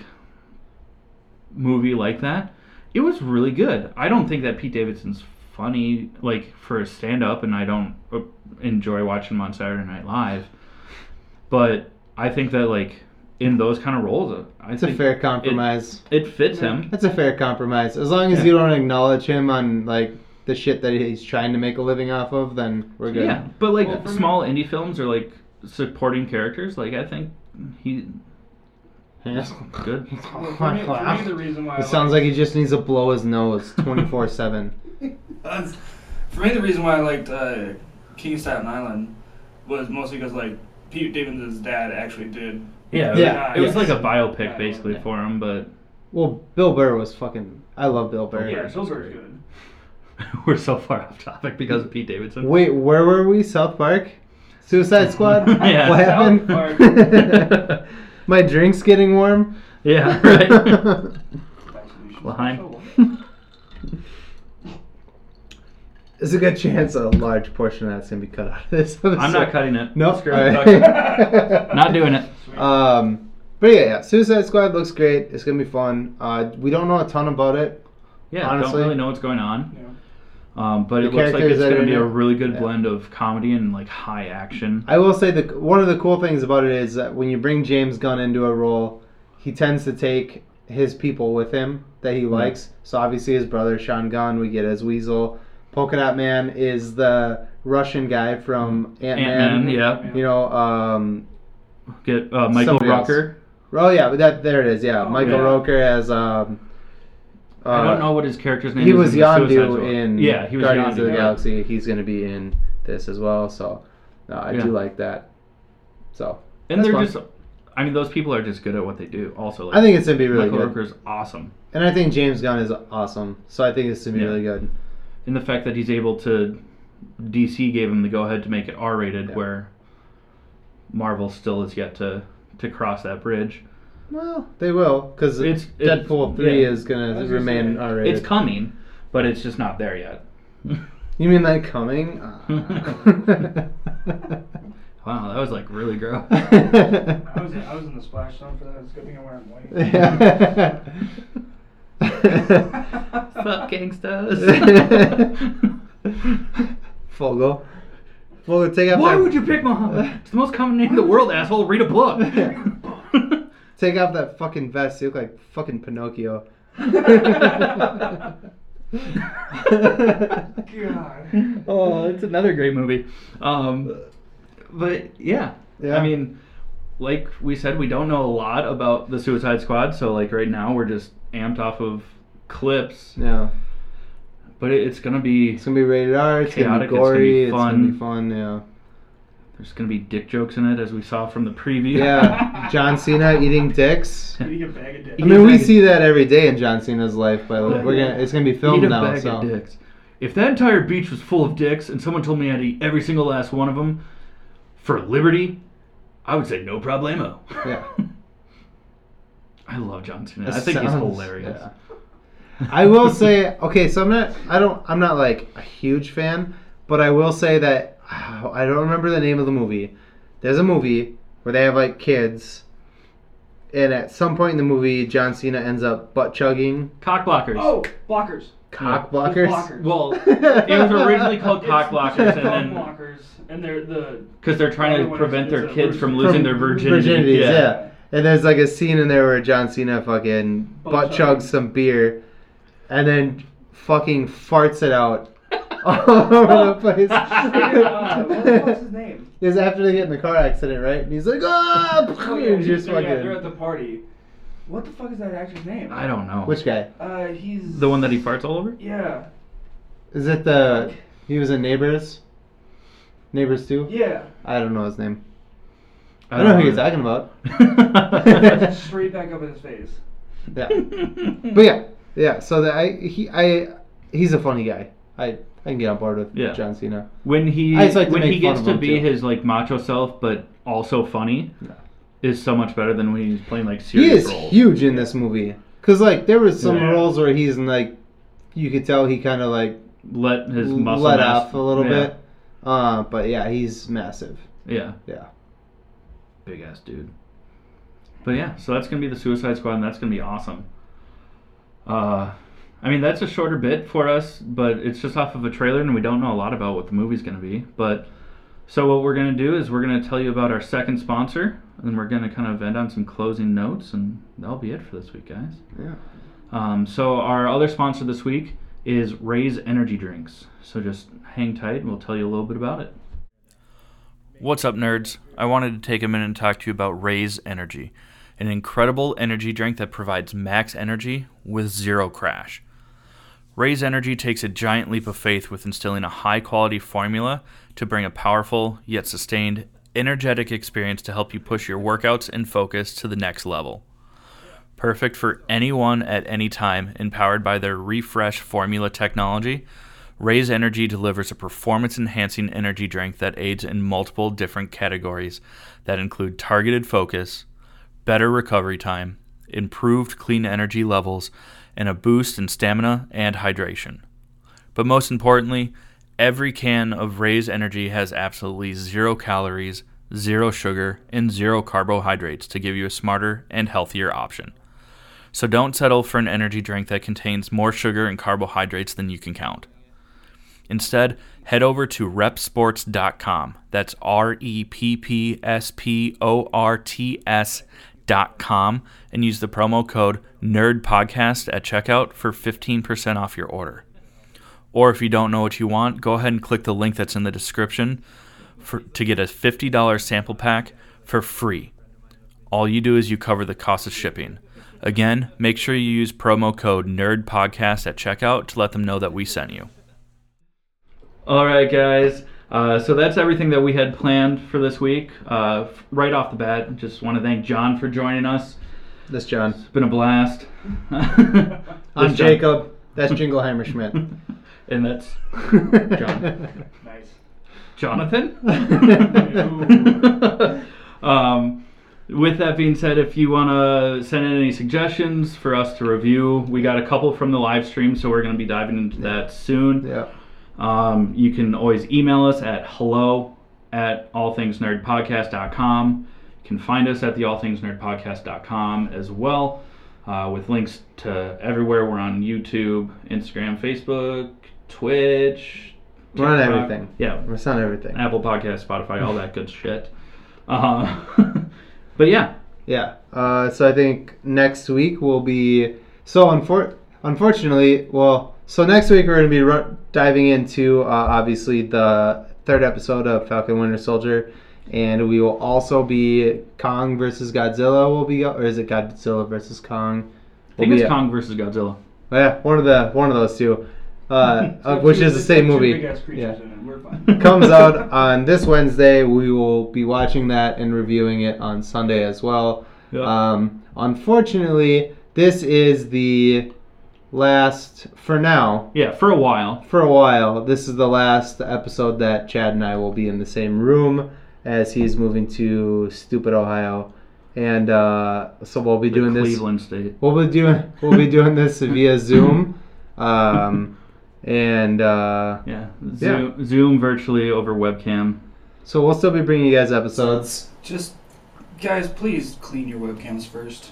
[SPEAKER 2] movie like that. It was really good. I don't think that Pete Davidson's funny like for a stand up, and I don't uh, enjoy watching him on Saturday Night Live. But I think that like in those kind of roles, I
[SPEAKER 1] It's a
[SPEAKER 2] think
[SPEAKER 1] fair compromise.
[SPEAKER 2] it fits him.
[SPEAKER 1] That's a fair compromise. As long as
[SPEAKER 2] Yeah.
[SPEAKER 1] you don't acknowledge him on like the shit that he's trying to make a living off of, then we're good.
[SPEAKER 2] Yeah, but like
[SPEAKER 3] Well, for
[SPEAKER 2] small indie films or like supporting characters, like I think he
[SPEAKER 1] Yes.
[SPEAKER 2] good.
[SPEAKER 3] Well, for, me, for me, the reason why I
[SPEAKER 1] It sounds like he just needs to blow his nose 24 7.
[SPEAKER 3] Uh, for me, the reason why I liked uh, King of Staten Island was mostly because like Pete Davidson's dad actually did.
[SPEAKER 2] Yeah,
[SPEAKER 1] it Yeah,
[SPEAKER 2] It
[SPEAKER 1] yes.
[SPEAKER 2] was like a biopic
[SPEAKER 3] Yeah,
[SPEAKER 2] basically
[SPEAKER 3] yeah.
[SPEAKER 2] for him, but
[SPEAKER 1] Well, Bill Burr was fucking. I love Bill Burr.
[SPEAKER 3] Yeah,
[SPEAKER 2] Burr's
[SPEAKER 3] those are
[SPEAKER 2] great.
[SPEAKER 3] good.
[SPEAKER 2] we're so far off topic because of Pete Davidson.
[SPEAKER 1] Wait, where were we? South Park? Suicide Squad?
[SPEAKER 2] Yeah.
[SPEAKER 1] What
[SPEAKER 3] South
[SPEAKER 1] happened?
[SPEAKER 2] Park.
[SPEAKER 1] My drink's getting warm.
[SPEAKER 2] yeah, right.
[SPEAKER 3] Oh,
[SPEAKER 2] Laheim.
[SPEAKER 1] There's a good chance a large portion of that's gonna be cut out of this. Episode.
[SPEAKER 2] I'm not cutting it.
[SPEAKER 1] Nope.
[SPEAKER 2] Screw
[SPEAKER 1] All
[SPEAKER 2] it.
[SPEAKER 1] right.
[SPEAKER 2] Not doing it.
[SPEAKER 1] Um, but yeah, yeah, Suicide Squad looks great. It's gonna be fun. Uh, we don't know a ton about it.
[SPEAKER 2] Yeah,
[SPEAKER 1] Honestly.
[SPEAKER 2] don't really know what's going on.
[SPEAKER 3] Yeah.
[SPEAKER 2] Um, but
[SPEAKER 1] The
[SPEAKER 2] it looks like
[SPEAKER 1] characters
[SPEAKER 2] it's
[SPEAKER 1] that are
[SPEAKER 2] going to
[SPEAKER 1] in
[SPEAKER 2] be a
[SPEAKER 1] it.
[SPEAKER 2] really good
[SPEAKER 1] Yeah.
[SPEAKER 2] blend of comedy and like high action.
[SPEAKER 1] I will say that one of the cool things about it is that when you bring James Gunn into a role, he tends to take his people with him that
[SPEAKER 2] Mm-hmm.
[SPEAKER 1] he likes. So obviously his brother Sean Gunn, we get as Weasel. Polka Dot Man is the Russian guy from Ant Man.
[SPEAKER 2] Ant-Man, yeah.
[SPEAKER 1] You know, um,
[SPEAKER 2] Get uh, Michael
[SPEAKER 1] Somebody else.
[SPEAKER 2] Rucker.
[SPEAKER 1] oh yeah, but that there it is. Yeah,
[SPEAKER 3] Oh,
[SPEAKER 1] Michael
[SPEAKER 2] yeah.
[SPEAKER 1] Roker as um. Uh,
[SPEAKER 2] I don't know what his character's name
[SPEAKER 1] He
[SPEAKER 2] is.
[SPEAKER 1] was
[SPEAKER 2] in the Suicide
[SPEAKER 1] Yondu
[SPEAKER 2] Squad.
[SPEAKER 1] in
[SPEAKER 2] yeah, he was
[SPEAKER 1] Guardians
[SPEAKER 2] Yondu.
[SPEAKER 1] of the
[SPEAKER 2] yeah.
[SPEAKER 1] Galaxy. He's going to be in this as well. So uh, I
[SPEAKER 2] Yeah.
[SPEAKER 1] do like that. So
[SPEAKER 2] And
[SPEAKER 1] that's
[SPEAKER 2] they're
[SPEAKER 1] fun.
[SPEAKER 2] just, I mean, those people are just good at what they do. Also, like,
[SPEAKER 1] I think it's going to be really
[SPEAKER 2] Michael
[SPEAKER 1] good.
[SPEAKER 2] Rooker's awesome,
[SPEAKER 1] And I think James Gunn is awesome. So I think it's going to be
[SPEAKER 2] Yeah.
[SPEAKER 1] really good.
[SPEAKER 2] and the fact that he's able to, DC gave him the go ahead to make it R rated,
[SPEAKER 1] Yeah.
[SPEAKER 2] where Marvel still is yet to to cross that bridge.
[SPEAKER 1] Well, they will. Because
[SPEAKER 2] It's- it's-
[SPEAKER 1] Deadpool 3
[SPEAKER 2] yeah.
[SPEAKER 1] is
[SPEAKER 3] I
[SPEAKER 1] going
[SPEAKER 3] was
[SPEAKER 1] to
[SPEAKER 3] gonna
[SPEAKER 1] remain
[SPEAKER 3] say,
[SPEAKER 1] R
[SPEAKER 2] It's
[SPEAKER 1] rated.
[SPEAKER 2] coming, but it's just not there yet.
[SPEAKER 1] you mean like coming? Ah.
[SPEAKER 2] Wow, that was like really gross.
[SPEAKER 3] I was, I was in the splash zone for that. It's a good thing I'm wearing white.
[SPEAKER 1] Yeah.
[SPEAKER 2] Fuck gangsters.
[SPEAKER 1] Fogel. Fogel, take off
[SPEAKER 2] Why
[SPEAKER 1] that-
[SPEAKER 2] would you pick Muhammad? It's the most common name in the world, asshole. Read a book.
[SPEAKER 1] Take off that fucking vest. You look like fucking Pinocchio.
[SPEAKER 3] God.
[SPEAKER 2] oh, it's another great movie. Um, but yeah.
[SPEAKER 1] Yeah.
[SPEAKER 2] I mean, like we said, we don't know a lot about the Suicide Squad, so like right now we're just amped off of clips.
[SPEAKER 1] Yeah.
[SPEAKER 2] But it, it's gonna be
[SPEAKER 1] It's gonna be rated R. It's gonna be
[SPEAKER 2] Chaotic, it's gonna
[SPEAKER 1] gory.
[SPEAKER 2] be
[SPEAKER 1] It's gonna be fun.
[SPEAKER 2] there's gonna be dick jokes in it, as we saw from the preview.
[SPEAKER 1] yeah. Yeah. John Cena eating dicks.
[SPEAKER 3] Eating a bag of dicks.
[SPEAKER 1] I mean, we
[SPEAKER 2] bag of-
[SPEAKER 1] see that every day in John Cena's life, but we're
[SPEAKER 2] Yeah.
[SPEAKER 1] gonna, it's gonna be
[SPEAKER 2] Eat
[SPEAKER 1] filmed
[SPEAKER 2] a
[SPEAKER 1] now.
[SPEAKER 2] bag
[SPEAKER 1] So
[SPEAKER 2] of dicks. If that entire beach was full of dicks, and someone told me I'd eat every single last one of them for liberty, I would say no problemo.
[SPEAKER 1] Yeah.
[SPEAKER 2] I love John Cena.
[SPEAKER 1] That
[SPEAKER 2] I think he's
[SPEAKER 1] sounds-
[SPEAKER 2] hilarious.
[SPEAKER 1] yeah. I will say, okay, so I'm not, I don't, I'm not like a huge fan, but I will say that I don't remember the name of the movie. There's a movie where they have like kids, and at some point in the movie, John Cena ends up butt chugging
[SPEAKER 2] Cock blockers.
[SPEAKER 3] Oh, blockers.
[SPEAKER 1] cock blockers.
[SPEAKER 3] Blockers.
[SPEAKER 2] Well, it was originally called cock blockers,
[SPEAKER 3] It's
[SPEAKER 2] and
[SPEAKER 3] called
[SPEAKER 2] then
[SPEAKER 3] blockers, and they're the
[SPEAKER 2] because they're trying to
[SPEAKER 3] Otherwise,
[SPEAKER 2] prevent their
[SPEAKER 3] it's a
[SPEAKER 2] kids
[SPEAKER 3] virgin-
[SPEAKER 2] from losing
[SPEAKER 1] From
[SPEAKER 2] their virginity.
[SPEAKER 1] virginities, yeah. And there's like a scene in there where John Cena fucking
[SPEAKER 3] Butt
[SPEAKER 1] butt chugs
[SPEAKER 3] chugging.
[SPEAKER 1] some beer and then fucking farts it out all over the place.
[SPEAKER 3] Uh, what the fuck's his name?
[SPEAKER 1] It's after they get in the car accident, right? And he's like, ah!
[SPEAKER 3] Oh, yeah,
[SPEAKER 1] and
[SPEAKER 3] he's-
[SPEAKER 1] just
[SPEAKER 3] they're, yeah, they're at
[SPEAKER 1] fucking.
[SPEAKER 3] the party. What the fuck is that actor's name?
[SPEAKER 2] I don't know.
[SPEAKER 1] Which guy?
[SPEAKER 3] Uh, he's
[SPEAKER 2] the one that he farts all over?
[SPEAKER 3] Yeah.
[SPEAKER 1] Is it the. He was in Neighbors? Neighbors 2?
[SPEAKER 3] Yeah.
[SPEAKER 1] I don't know his name. I don't know who you're talking about.
[SPEAKER 2] talking.
[SPEAKER 3] Straight back up in his face.
[SPEAKER 1] Yeah. But yeah, yeah. So that I he I he's a funny guy. I I can get on board with
[SPEAKER 2] Yeah.
[SPEAKER 1] John Cena.
[SPEAKER 2] when he
[SPEAKER 1] I just like to
[SPEAKER 2] when
[SPEAKER 1] make
[SPEAKER 2] he
[SPEAKER 1] fun
[SPEAKER 2] gets
[SPEAKER 1] of
[SPEAKER 2] to
[SPEAKER 1] him,
[SPEAKER 2] be
[SPEAKER 1] too.
[SPEAKER 2] his like macho self, but also funny,
[SPEAKER 1] Yeah.
[SPEAKER 2] is so much better than when he's playing like
[SPEAKER 1] He
[SPEAKER 2] serious
[SPEAKER 1] is
[SPEAKER 2] roles.
[SPEAKER 1] huge in this movie because like there was some
[SPEAKER 3] Yeah.
[SPEAKER 1] roles where he's in, like you could tell he kind of like
[SPEAKER 2] Let his muscle
[SPEAKER 1] let
[SPEAKER 2] mass-
[SPEAKER 1] off a little
[SPEAKER 2] yeah.
[SPEAKER 1] bit. Uh, but yeah, he's massive.
[SPEAKER 2] Yeah.
[SPEAKER 1] Yeah.
[SPEAKER 2] Big ass dude. But yeah, so that's gonna be the Suicide Squad, and that's gonna be awesome. Uh, I mean that's a shorter bit for us, but it's just off of a trailer, and we don't know a lot about what the movie's gonna be. But so what we're gonna do is we're gonna tell you about our second sponsor, and we're gonna kind of end on some closing notes, and that'll be it for this week, guys.
[SPEAKER 1] Yeah.
[SPEAKER 2] Um, so our other sponsor this week is Raise Energy Drinks. So just hang tight, and we'll tell you a little bit about it. What's up, nerds? I wanted to take a minute and talk to you about Raise Energy, an incredible energy drink that provides max energy with zero crash. Raise Energy takes a giant leap of faith with instilling a high quality formula to bring a powerful, yet sustained, energetic experience to help you push your workouts and focus to the next level. Perfect for anyone at any time, and powered by their refresh formula technology, Raise Energy delivers a performance enhancing energy drink that aids in multiple different categories that include targeted focus, better recovery time, improved clean energy levels, and a boost in stamina and hydration. But most importantly, every can of Raise Energy has absolutely zero calories, zero sugar, and zero carbohydrates to give you a smarter and healthier option. So don't settle for an energy drink that contains more sugar and carbohydrates than you can count. Instead, head over to repsports.com. That's R E P P S P O R T S.com and use the promo code NERDPODCAST at checkout for 15% off your order. Or if you don't know what you want, go ahead and click the link that's in the description for, to get a $50 sample pack for free. All you do is you cover the cost of shipping. Again, make sure you use promo code NERDPODCAST at checkout to let them know that we sent you. All right, guys. Uh, so that's everything that we had planned for this week. Uh, f- right off the bat, just want to thank John for joining us.
[SPEAKER 1] That's John.
[SPEAKER 2] It's been a blast.
[SPEAKER 1] I'm
[SPEAKER 2] I'm
[SPEAKER 1] Jacob. That's Jingleheimer Schmidt.
[SPEAKER 2] And that's John.
[SPEAKER 3] Nice.
[SPEAKER 2] Jonathan.
[SPEAKER 1] Ooh.
[SPEAKER 2] um, with that being said, if you want to send in any suggestions for us to review, we got a couple from the live stream, so we're going to be diving into that soon.
[SPEAKER 1] yeah.
[SPEAKER 2] Um, you can always email us at hello at allthingsnerdpodcast.com. You can find us at the allthingsnerdpodcast.com as well, uh, with links to everywhere. We're on YouTube, Instagram, Facebook, Twitch.
[SPEAKER 1] We're on
[SPEAKER 2] TikTok.
[SPEAKER 1] everything.
[SPEAKER 2] Yeah,
[SPEAKER 1] It's not everything.
[SPEAKER 2] Apple Podcast, Spotify, all that good shit. Uh, but yeah,
[SPEAKER 1] Yeah. Uh, so I think next week will be so unfor- unfortunately. Well, so next week we're going to be ru- diving into uh, obviously the third episode of Falcon Winter Soldier, and we will also be Kong versus Godzilla. Will be or is it Godzilla versus Kong?
[SPEAKER 2] I think
[SPEAKER 1] Will
[SPEAKER 2] it's
[SPEAKER 1] be- uh,
[SPEAKER 2] Kong versus Godzilla.
[SPEAKER 1] Yeah, one of the one of those two, uh,
[SPEAKER 3] It's
[SPEAKER 1] uh,
[SPEAKER 3] got
[SPEAKER 1] which
[SPEAKER 3] two-
[SPEAKER 1] is the
[SPEAKER 3] it's
[SPEAKER 1] same
[SPEAKER 3] got two
[SPEAKER 1] movie.
[SPEAKER 3] big-ass creatures
[SPEAKER 1] Yeah.
[SPEAKER 3] in it. We're fine.
[SPEAKER 1] comes out on this Wednesday. We will be watching that and reviewing it on Sunday as well.
[SPEAKER 2] Yeah.
[SPEAKER 1] Um, unfortunately, this is the last for now.
[SPEAKER 2] Yeah, for a while.
[SPEAKER 1] For a while, this is the last episode that Chad and I will be in the same room as he's moving to stupid Ohio, and uh, so we'll be doing this.
[SPEAKER 2] Cleveland State.
[SPEAKER 1] We'll be doing we'll be doing this via Zoom, um, and. Uh,
[SPEAKER 2] Yeah.
[SPEAKER 1] Yeah.
[SPEAKER 2] Zoom, Zoom virtually over webcam.
[SPEAKER 1] So we'll still be bringing you guys episodes.
[SPEAKER 3] Just, guys, please clean your webcams first.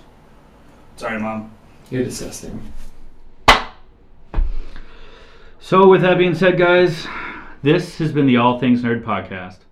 [SPEAKER 3] Sorry, mom.
[SPEAKER 1] You're disgusting.
[SPEAKER 2] So, with that being said, guys, this has been the All Things Nerd Podcast.